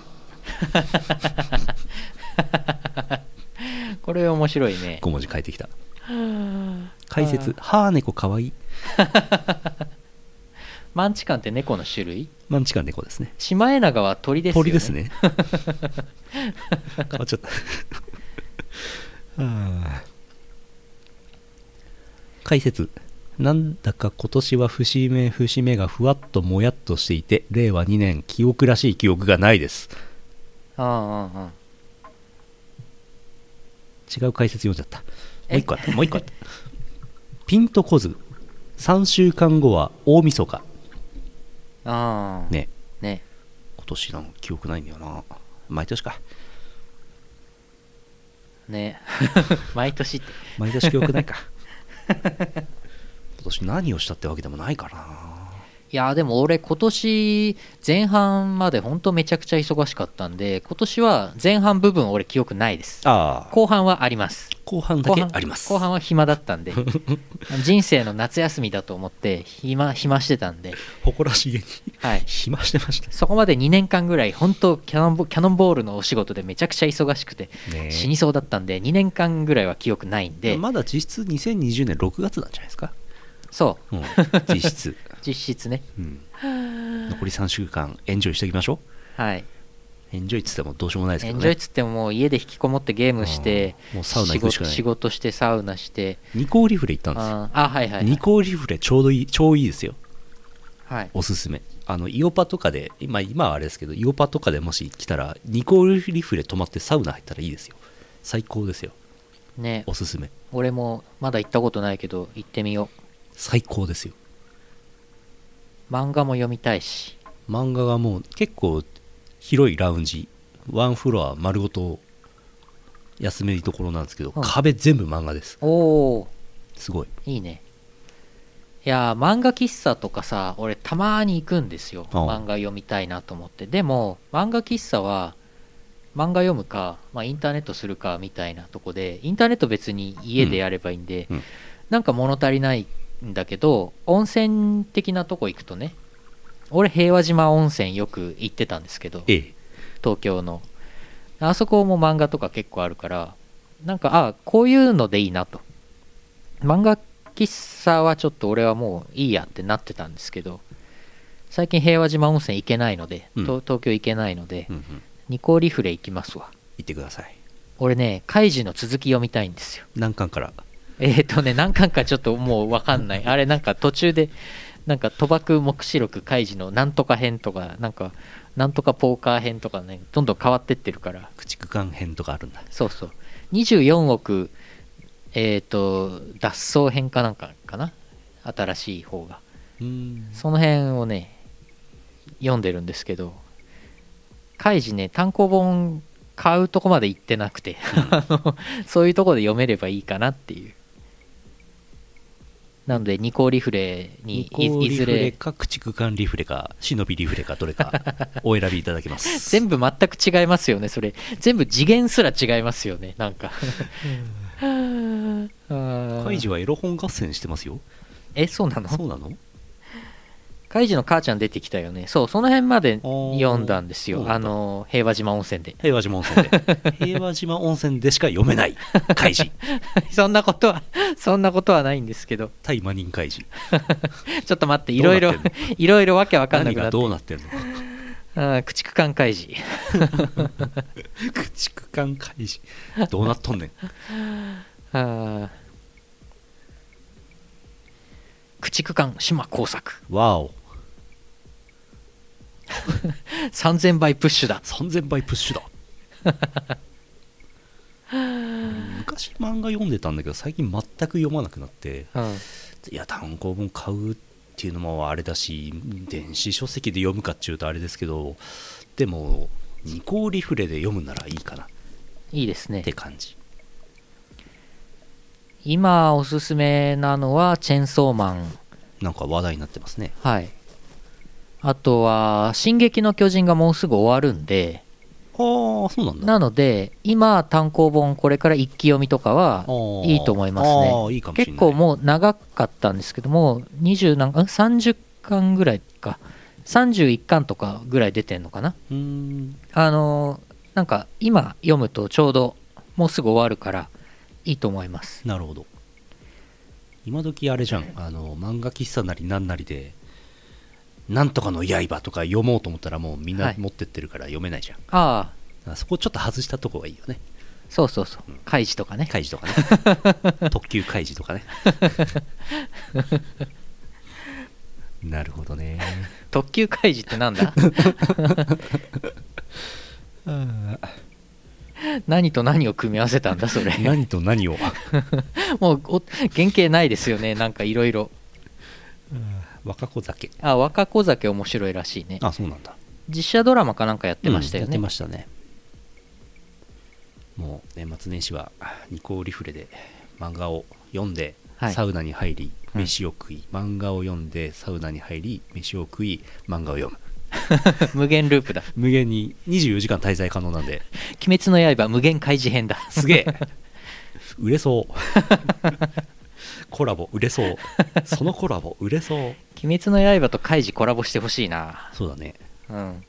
[SPEAKER 1] これ面白いね
[SPEAKER 2] 5文字変えてきた解説「はあ猫かわいい
[SPEAKER 1] マンチカンって猫の種類」
[SPEAKER 2] マンチカン猫ですね
[SPEAKER 1] シマエナガは鳥ですよね
[SPEAKER 2] 鳥で すね変わっちゃった はあ解説なんだか今年は節目節目がふわっともやっとしていて令和2年記憶らしい記憶がないです
[SPEAKER 1] うんうんうん
[SPEAKER 2] 違う解説読んじゃった
[SPEAKER 1] え
[SPEAKER 2] もう一個あったもう一個あったピンとこず3週間後は大晦日
[SPEAKER 1] ああ
[SPEAKER 2] ね
[SPEAKER 1] ね
[SPEAKER 2] 今年なんか記憶ないんだよな毎年か
[SPEAKER 1] ね 毎年って
[SPEAKER 2] 毎年記憶な いか今年何をしたってわけでもないからない
[SPEAKER 1] やーでも俺今年前半まで本当めちゃくちゃ忙しかったんで今年は前半部分俺記憶ないです
[SPEAKER 2] ああ
[SPEAKER 1] 後半はあります
[SPEAKER 2] 後半だ
[SPEAKER 1] 後
[SPEAKER 2] け
[SPEAKER 1] 半
[SPEAKER 2] あります
[SPEAKER 1] 後半は暇だったん で人生の夏休みだと思って暇暇してたんで、
[SPEAKER 2] 誇らしげに
[SPEAKER 1] はい、
[SPEAKER 2] 暇してました
[SPEAKER 1] そこまで2年間ぐらい本当キャノンボキャノンボールのお仕事でめちゃくちゃ忙しくて
[SPEAKER 2] ね
[SPEAKER 1] 死にそうだったんで2年間ぐらいは記憶ないんで
[SPEAKER 2] まだ実質2020年6月なんじゃないですか、
[SPEAKER 1] そ
[SPEAKER 2] うん実 質、
[SPEAKER 1] う実質ね
[SPEAKER 2] うん残り3週間エンジョイしていきましょ
[SPEAKER 1] はい、
[SPEAKER 2] うエンジョイっつってもどうしようもないです
[SPEAKER 1] エ
[SPEAKER 2] け
[SPEAKER 1] ン
[SPEAKER 2] ど
[SPEAKER 1] ジョイ
[SPEAKER 2] ね
[SPEAKER 1] っつってももう家で引きこもってゲームして
[SPEAKER 2] うんもうサウナ行くしかない
[SPEAKER 1] 仕事仕事してサウナして
[SPEAKER 2] ニコーリフレ行ったんですよ
[SPEAKER 1] あーあはいはい、
[SPEAKER 2] ニコーリフレちょうどいい超いいですよ
[SPEAKER 1] はい、
[SPEAKER 2] おすすめあのイオパとかで今今はあれですけどイオパとかでもし来たらニコーリフレ泊まってサウナ入ったらいいですよ最高ですよ
[SPEAKER 1] ね
[SPEAKER 2] おすすめ
[SPEAKER 1] 俺もまだ行ったことないけど行ってみよ
[SPEAKER 2] 最高ですよ
[SPEAKER 1] う漫画も読みたいし
[SPEAKER 2] 漫画がもう結構広いラウンジワンフロア丸ごと休めるところなんですけど、
[SPEAKER 1] うん
[SPEAKER 2] 壁全部漫画です
[SPEAKER 1] おお
[SPEAKER 2] すごい
[SPEAKER 1] いいねいやー漫画喫茶とかさ俺たまーに行くんですよ
[SPEAKER 2] うん
[SPEAKER 1] 漫画読みたいなと思ってでも漫画喫茶は漫画読むか、まあ、インターネットするかみたいなとこでインターネット別に家でやればいいんで、
[SPEAKER 2] うんうん
[SPEAKER 1] なんか物足りないんだけど温泉的なとこ行くとね俺平和島温泉よく行ってたんですけど
[SPEAKER 2] ええ
[SPEAKER 1] 東京のあそこも漫画とか結構あるからなんかあこういうのでいいなと漫画喫茶はちょっと俺はもういいやってなってたんですけど最近平和島温泉行けないので、
[SPEAKER 2] うん
[SPEAKER 1] と東京行けないので、
[SPEAKER 2] うんうん
[SPEAKER 1] ニコリフレ行きますわ
[SPEAKER 2] 行ってください
[SPEAKER 1] 俺ねカイジの続き読みたいんですよ
[SPEAKER 2] 難関から
[SPEAKER 1] えっ、とね何巻かちょっともう分かんないあれなんか途中でなんか賭博黙示録カイジのなんとか編とかなんかなんとかポーカー編とかねどんどん変わってってるから
[SPEAKER 2] 駆逐艦編とかあるんだ
[SPEAKER 1] そうそう24億、えー、と脱走編かなんかかな新しい方が
[SPEAKER 2] うん
[SPEAKER 1] その辺をね読んでるんですけどカイジね単行本買うとこまで行ってなくて あのそういうとこで読めればいいかなっていうなのでニコリフレに
[SPEAKER 2] ニコ
[SPEAKER 1] いい
[SPEAKER 2] リ
[SPEAKER 1] ず
[SPEAKER 2] フレ
[SPEAKER 1] れ
[SPEAKER 2] か駆逐艦リフレか忍びリフレかど れかお選びいただけます
[SPEAKER 1] 全部全く違いますよねそれ全部次元すら違いますよねなんか
[SPEAKER 2] カ
[SPEAKER 1] カ
[SPEAKER 2] イジはエロ本合戦してますよ
[SPEAKER 1] えそうなの
[SPEAKER 2] そうなの
[SPEAKER 1] カイジの母ちゃん出てきたよねそうその辺まで
[SPEAKER 2] おー
[SPEAKER 1] 読んだんです
[SPEAKER 2] そ
[SPEAKER 1] よ
[SPEAKER 2] うだ
[SPEAKER 1] あの平和島温泉で
[SPEAKER 2] 平和島温泉で平和島温泉でしか読めないカイジ
[SPEAKER 1] そんなことはそんなことはないんですけど
[SPEAKER 2] 対魔人カイジ
[SPEAKER 1] ちょっと待っていろいろ
[SPEAKER 2] どうなってん
[SPEAKER 1] いろいろわけわかんな
[SPEAKER 2] 何
[SPEAKER 1] くな
[SPEAKER 2] が
[SPEAKER 1] って
[SPEAKER 2] どうなってるのか
[SPEAKER 1] うん駆逐艦カイジ
[SPEAKER 2] 駆逐艦カイジどうなっとんねん
[SPEAKER 1] あー駆逐艦島工作
[SPEAKER 2] わお
[SPEAKER 1] 3000倍プッシュだ
[SPEAKER 2] 3000倍プッ シュだ昔漫画読んでたんだけど最近全く読まなくなって
[SPEAKER 1] うん
[SPEAKER 2] いや単行本買うっていうのもあれだし電子書籍で読むかっちゅうとあれですけどでもニコリフレで読むならいいかなっ
[SPEAKER 1] いいですね
[SPEAKER 2] て感じ
[SPEAKER 1] 今おすすめなのはチェンソーマン
[SPEAKER 2] なんか話題になってますね
[SPEAKER 1] はいあとは「進撃の巨人」がもうすぐ終わるんで
[SPEAKER 2] ああそうなんだ
[SPEAKER 1] なので今単行本これから一気読みとかは
[SPEAKER 2] あー
[SPEAKER 1] いいと思います
[SPEAKER 2] あ
[SPEAKER 1] ね
[SPEAKER 2] ーいいかもしれない
[SPEAKER 1] 結構もう長かったんですけども20なんかん30巻ぐらいか31巻とかぐらい出てんのかな
[SPEAKER 2] うーん
[SPEAKER 1] あのーなんか今読むとちょうどもうすぐ終わるからいいと思います
[SPEAKER 2] なるほど今時あれじゃんあの漫画喫茶なりなんなりで「なんとかの刃」とか読もうと思ったらもうみん
[SPEAKER 1] は
[SPEAKER 2] ない持ってってるから読めないじゃん、
[SPEAKER 1] ああ
[SPEAKER 2] あそこちょっと外したとこがいいよね
[SPEAKER 1] そうそうそう開示とかね
[SPEAKER 2] 開示とか ね特急開示とかねなるほどね
[SPEAKER 1] 特急開示ってなん だ何と何を組み合わせたんだそれ
[SPEAKER 2] 何と何を
[SPEAKER 1] もうお原型ないですよねなんかいろいろ
[SPEAKER 2] 若子酒
[SPEAKER 1] あ若子酒面白いらしいね
[SPEAKER 2] あそうなんだ
[SPEAKER 1] 実写ドラマかなんかやってましたよ
[SPEAKER 2] うんや
[SPEAKER 1] ね、
[SPEAKER 2] ってましたねもう年末年始はニコリフレで漫画を読んで、
[SPEAKER 1] はい
[SPEAKER 2] サウナに入り
[SPEAKER 1] うん
[SPEAKER 2] 飯を食い、漫画を読んでサウナに入り飯を食い漫画を読む
[SPEAKER 1] 無限ループだ
[SPEAKER 2] 無限に24時間滞在可能なんで
[SPEAKER 1] 「鬼滅の刃無限開示編だ」
[SPEAKER 2] すげえ 売れそう コラボ売れそうそのコラボ売れそう
[SPEAKER 1] 鬼滅の刃とカイジコラボしてほしいな、
[SPEAKER 2] そうだね
[SPEAKER 1] うん、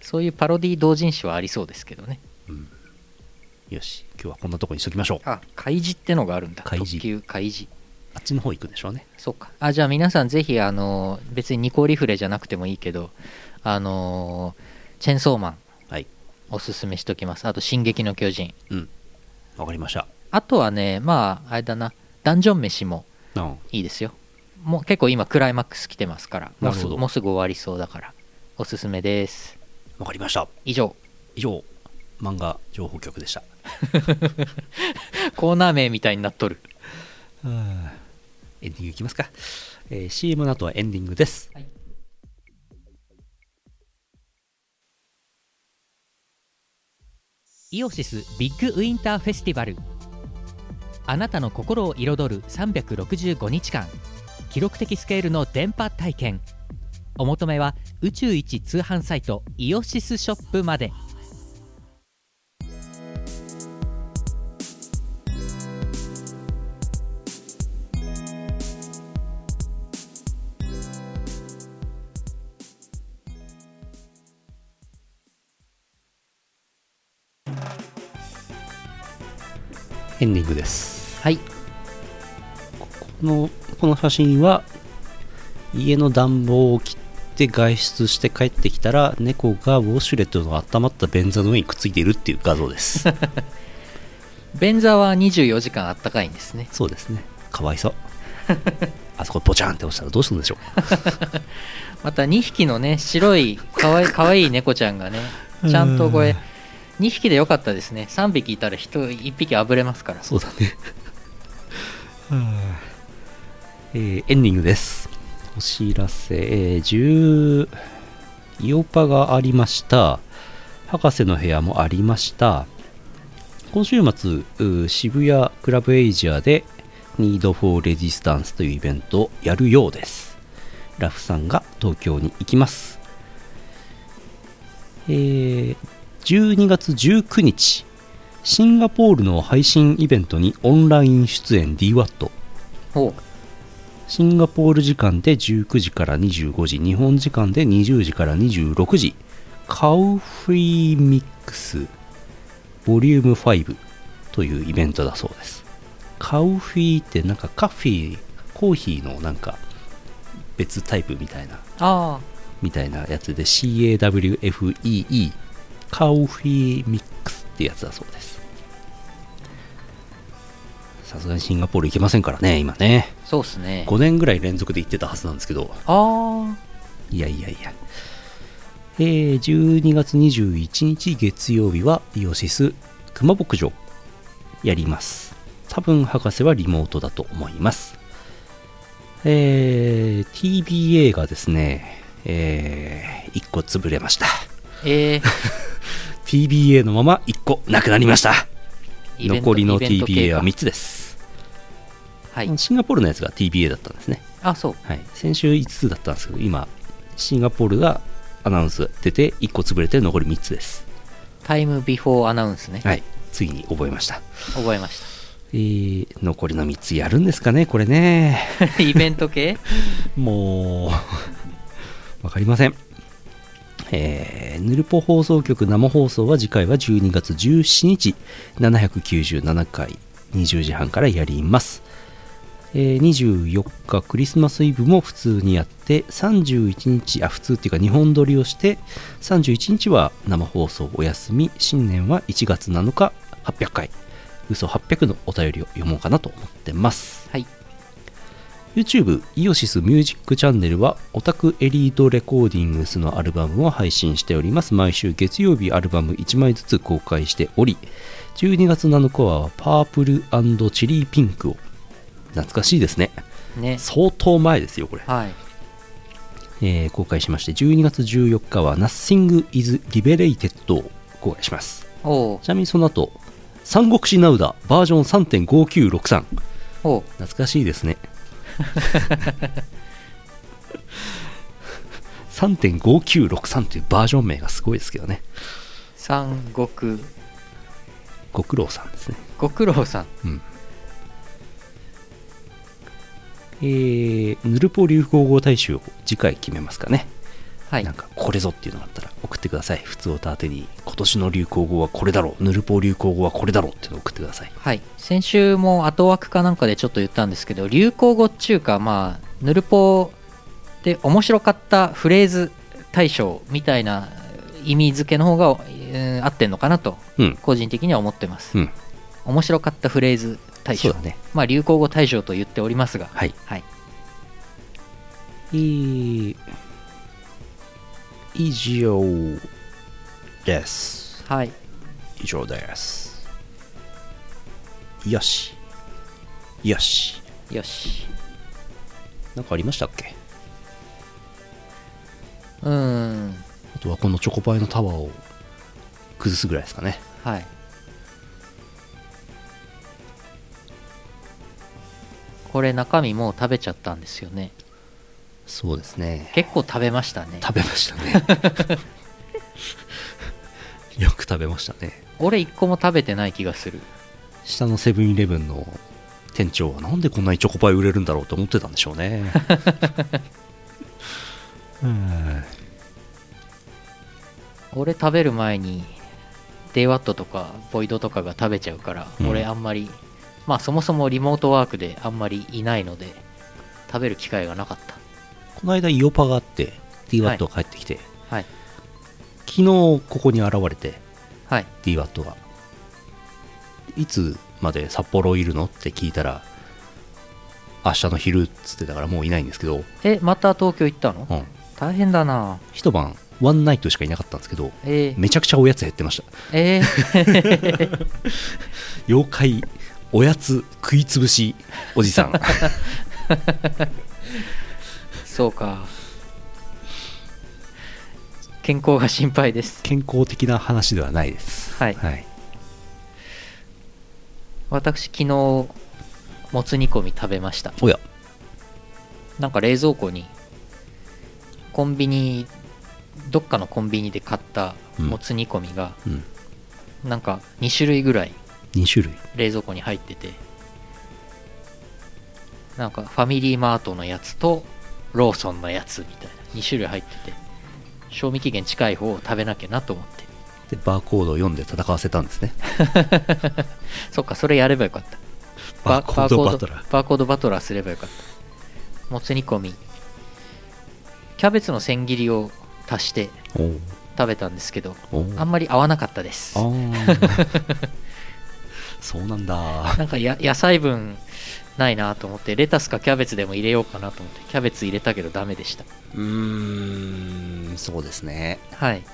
[SPEAKER 1] そういうパロディ同人誌はありそうですけどね
[SPEAKER 2] うんよし今日はこんなとこにしときましょう
[SPEAKER 1] あカイジってのがあるんだ
[SPEAKER 2] 開示
[SPEAKER 1] 特急カイジ
[SPEAKER 2] あっちの方行くんでしょうね
[SPEAKER 1] そうかあじゃあ皆さんぜひあの別にニコリフレじゃなくてもいいけどあのチェンソーマン
[SPEAKER 2] はい
[SPEAKER 1] おすすめしときますあと「進撃の巨人
[SPEAKER 2] うんわかりました」
[SPEAKER 1] あとはねまああれだなダンジョン飯も
[SPEAKER 2] うん
[SPEAKER 1] いいですよもう結構今クライマックス来てますからもう
[SPEAKER 2] な
[SPEAKER 1] す
[SPEAKER 2] るほど
[SPEAKER 1] もうすぐ終わりそうだからおすすめです
[SPEAKER 2] わかりました
[SPEAKER 1] 以上
[SPEAKER 2] 以上漫画情報局でした
[SPEAKER 1] コーナー名みたいになっとる
[SPEAKER 2] エンディングいきますか、えー CM の後はエンディングです、
[SPEAKER 1] はいイオシスビッグウィンターフェスティバルあなたの心を彩る365日間記録的スケールの電波体験お求めは宇宙一通販サイトイオシスショップまで
[SPEAKER 2] エンディングです
[SPEAKER 1] はい
[SPEAKER 2] このこの写真は家の暖房を切って外出して帰ってきたら猫がウォシュレットの温まった便座の上にくっついているっていう画像です
[SPEAKER 1] 便座は24時間あったかいんですね
[SPEAKER 2] そうですねかわいそうあそこボチャンって押したらどうするんでしょ
[SPEAKER 1] また2匹のね白いかわいかわいい猫ちゃんがねちゃんとこれ2匹でよかったですね3匹いたら 1, 匹あぶれますから
[SPEAKER 2] うそうだね えーエンディングです。お知らせ、えー10、イオパがありました。博士の部屋もありました。今週末、うー渋谷クラブエイジアで Need for Resistance というイベントをやるようです。ラフさんが東京に行きます。えー12月19日、シンガポールの配信イベントにオンライン出演 DWAT。
[SPEAKER 1] おう
[SPEAKER 2] シンガポール時間で19時から25時、日本時間で20時から26時、カウフリーミックスボリューム5というイベントだそうです。カウフィーってなんかカフィー、コーヒーのなんか別タイプみたいな、
[SPEAKER 1] ああ
[SPEAKER 2] みたいなやつで CAWFEE カウフィーミックスってやつだそうです。さすがにシンガポール行けませんからね、今ね。
[SPEAKER 1] そうっすね
[SPEAKER 2] 5年ぐらい連続で行ってたはずなんですけど、
[SPEAKER 1] あ
[SPEAKER 2] いやいやいや。えー12月21日月曜日はイオシス熊牧場やります。多分博士はリモートだと思います。えー TBA がですね、え1個潰れました。
[SPEAKER 1] あええ
[SPEAKER 2] TBA のまま1個なくなりました。
[SPEAKER 1] イベント
[SPEAKER 2] 残りの
[SPEAKER 1] イベント系
[SPEAKER 2] TBA
[SPEAKER 1] か
[SPEAKER 2] は3つです。
[SPEAKER 1] はい
[SPEAKER 2] シンガポールのやつが TBA だったんですね。
[SPEAKER 1] あそう
[SPEAKER 2] はい、先週5つだったんですけど今シンガポールがアナウンス出て1個潰れて残り3つです
[SPEAKER 1] タイムビフォーアナウンスね、
[SPEAKER 2] はいついに覚えました、
[SPEAKER 1] 覚えまし
[SPEAKER 2] えー残りの3つやるんですかねこれね
[SPEAKER 1] た イベント系
[SPEAKER 2] もうわかりませんえー、ヌルポ放送局生放送は次回は12月17日797回20時半からやります、えー24日クリスマスイブも普通にやって31日あ普通っていうか日本撮りをして31日は生放送お休み新年は1月7日800回嘘800のお便りを読もうかなと思ってます
[SPEAKER 1] はい
[SPEAKER 2] YouTube イオシスミュージックチャンネルはオタクエリートレコーディングスのアルバムを配信しております毎週月曜日アルバム1枚ずつ公開しており12月7日はパープルチリーピンクを懐かしいですね
[SPEAKER 1] ね
[SPEAKER 2] 相当前ですよこれ、
[SPEAKER 1] はい
[SPEAKER 2] えー公開しまして12月14日は Nothing is Liberated を公開します
[SPEAKER 1] おう
[SPEAKER 2] ちなみにその後三国志ナウダバージョン3.5963
[SPEAKER 1] おう
[SPEAKER 2] 懐かしいですね3.5963というバージョン名がすごいですけどね
[SPEAKER 1] 三国
[SPEAKER 2] ご苦労さんですね
[SPEAKER 1] ご苦労さん
[SPEAKER 2] えー、ヌルポ流行語大賞を次回決めますかね、
[SPEAKER 1] はい
[SPEAKER 2] なんかこれぞっていうのがあったら送ってください普通をたてに今年の流行語はこれだろうヌルポ流行語はこれだろうっていうのを送ってください
[SPEAKER 1] はい、先週も後枠かなんかでちょっと言ったんですけど流行語っちゅうかまあヌルポで面白かったフレーズ大賞みたいな意味付けの方が、うん合ってんのかなと
[SPEAKER 2] うん
[SPEAKER 1] 個人的には思ってます、
[SPEAKER 2] うん
[SPEAKER 1] 面白かったフレーズ大
[SPEAKER 2] そう
[SPEAKER 1] 賞
[SPEAKER 2] だね
[SPEAKER 1] まあ流行語大賞と言っておりますが
[SPEAKER 2] はい
[SPEAKER 1] はい
[SPEAKER 2] 以上です
[SPEAKER 1] はい
[SPEAKER 2] 以上ですよしよし
[SPEAKER 1] よし
[SPEAKER 2] 何かありましたっけ
[SPEAKER 1] うーん
[SPEAKER 2] あとはこのチョコパイのタワーを崩すぐらいですかね
[SPEAKER 1] はいこれ中身もう食べちゃったんですよね
[SPEAKER 2] そうですね
[SPEAKER 1] 結構食べましたね
[SPEAKER 2] 食べましたねよく食べましたね
[SPEAKER 1] 俺一個も食べてない気がする
[SPEAKER 2] 下のセブンイレブンの店長はなんでこんなにチョコパイ売れるんだろうと思ってたんでしょうねうん
[SPEAKER 1] 俺食べる前にデイワットとかボイドとかが食べちゃうから、
[SPEAKER 2] うん
[SPEAKER 1] 俺あんまりまあそもそもリモートワークであんまりいないので食べる機会がなかった
[SPEAKER 2] この間イオパがあって DWAT が帰ってきて、
[SPEAKER 1] はい
[SPEAKER 2] 昨日ここに現れて
[SPEAKER 1] はい
[SPEAKER 2] DWAT がいつまで札幌いるのって聞いたら明日の昼っつってたからもういないんですけど、
[SPEAKER 1] えまた東京行ったの
[SPEAKER 2] うん、
[SPEAKER 1] 大変だな
[SPEAKER 2] 一晩ワンナイトしかいなかったんですけど
[SPEAKER 1] えー、
[SPEAKER 2] めちゃくちゃおやつ減ってました
[SPEAKER 1] えー
[SPEAKER 2] 妖怪おやつ食いつぶしおじさ ん
[SPEAKER 1] そうか健康が心配です
[SPEAKER 2] 健康的な話ではないです
[SPEAKER 1] はい
[SPEAKER 2] はい、
[SPEAKER 1] 私昨日もつ煮込み食べました
[SPEAKER 2] おや
[SPEAKER 1] なんか冷蔵庫にコンビニどっかのコンビニで買ったもつ煮込みが、
[SPEAKER 2] うん
[SPEAKER 1] なんか2種類ぐらい
[SPEAKER 2] 2種類
[SPEAKER 1] 冷蔵庫に入っててなんかファミリーマートのやつとローソンのやつみたいな2種類入ってて賞味期限近い方を食べなきゃなと思って
[SPEAKER 2] でバーコードを読んで戦わせたんですね
[SPEAKER 1] そっかそれやればよかった
[SPEAKER 2] バーコードバトラー
[SPEAKER 1] バーコードバトラーすればよかったもつ煮込みキャベツの千切りを足して
[SPEAKER 2] おう
[SPEAKER 1] 食べたんですけど
[SPEAKER 2] おう
[SPEAKER 1] あんまり合わなかったです
[SPEAKER 2] あー そうなんだ
[SPEAKER 1] なんかや野菜分ないなと思ってレタスかキャベツでも入れようかなと思ってキャベツ入れたけどダメでした
[SPEAKER 2] うーんそうですね、
[SPEAKER 1] はい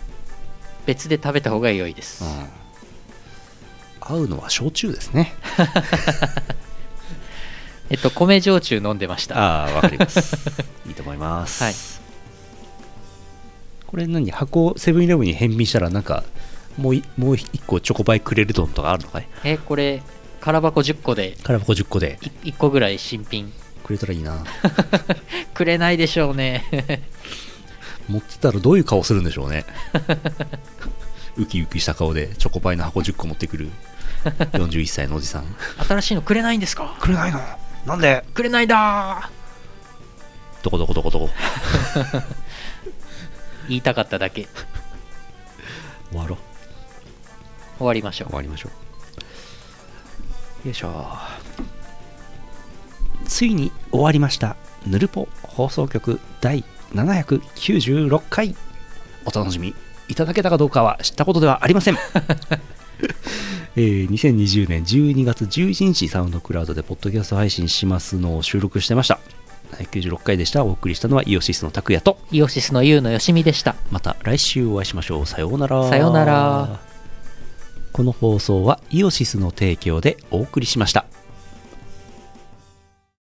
[SPEAKER 1] 別で食べた方が良いです、
[SPEAKER 2] うん、合うのは焼酎ですね
[SPEAKER 1] えっと米焼酎飲んでました
[SPEAKER 2] ああわかります いいと思います、
[SPEAKER 1] はい
[SPEAKER 2] これ何箱セブンイレブンに返品したらなんかもういもう1個チョコパイくれるドンとかあるのかね
[SPEAKER 1] えこれ空箱10個で
[SPEAKER 2] 空箱10個で
[SPEAKER 1] い1個ぐらい新品
[SPEAKER 2] くれたらいいな
[SPEAKER 1] くれないでしょう ね
[SPEAKER 2] 持ってたらどういう顔するんでしょうねウキウキした顔でチョコパイの箱10個持って くる41歳のおじさん
[SPEAKER 1] 新しいのくれないんですか
[SPEAKER 2] くれないのなんで
[SPEAKER 1] くれないだー
[SPEAKER 2] どこどこどこどこ
[SPEAKER 1] 言いたかっただけ
[SPEAKER 2] 終わろう
[SPEAKER 1] 終わりましょう
[SPEAKER 2] 終わりましょうよいしょついに終わりましたぬるぽ放送局第796回お楽しみいただけたかどうかは知ったことではありません えー2020年12月11日サウンドクラウドでポッドキャスト配信しますのを収録してました96回でしたお送りしたのはイオシスの拓也と
[SPEAKER 1] イオシスの U のよしみでした
[SPEAKER 2] また来週お会いしましょうさようなら
[SPEAKER 1] さようなら
[SPEAKER 2] この放送はイオシスの提供でお送りしました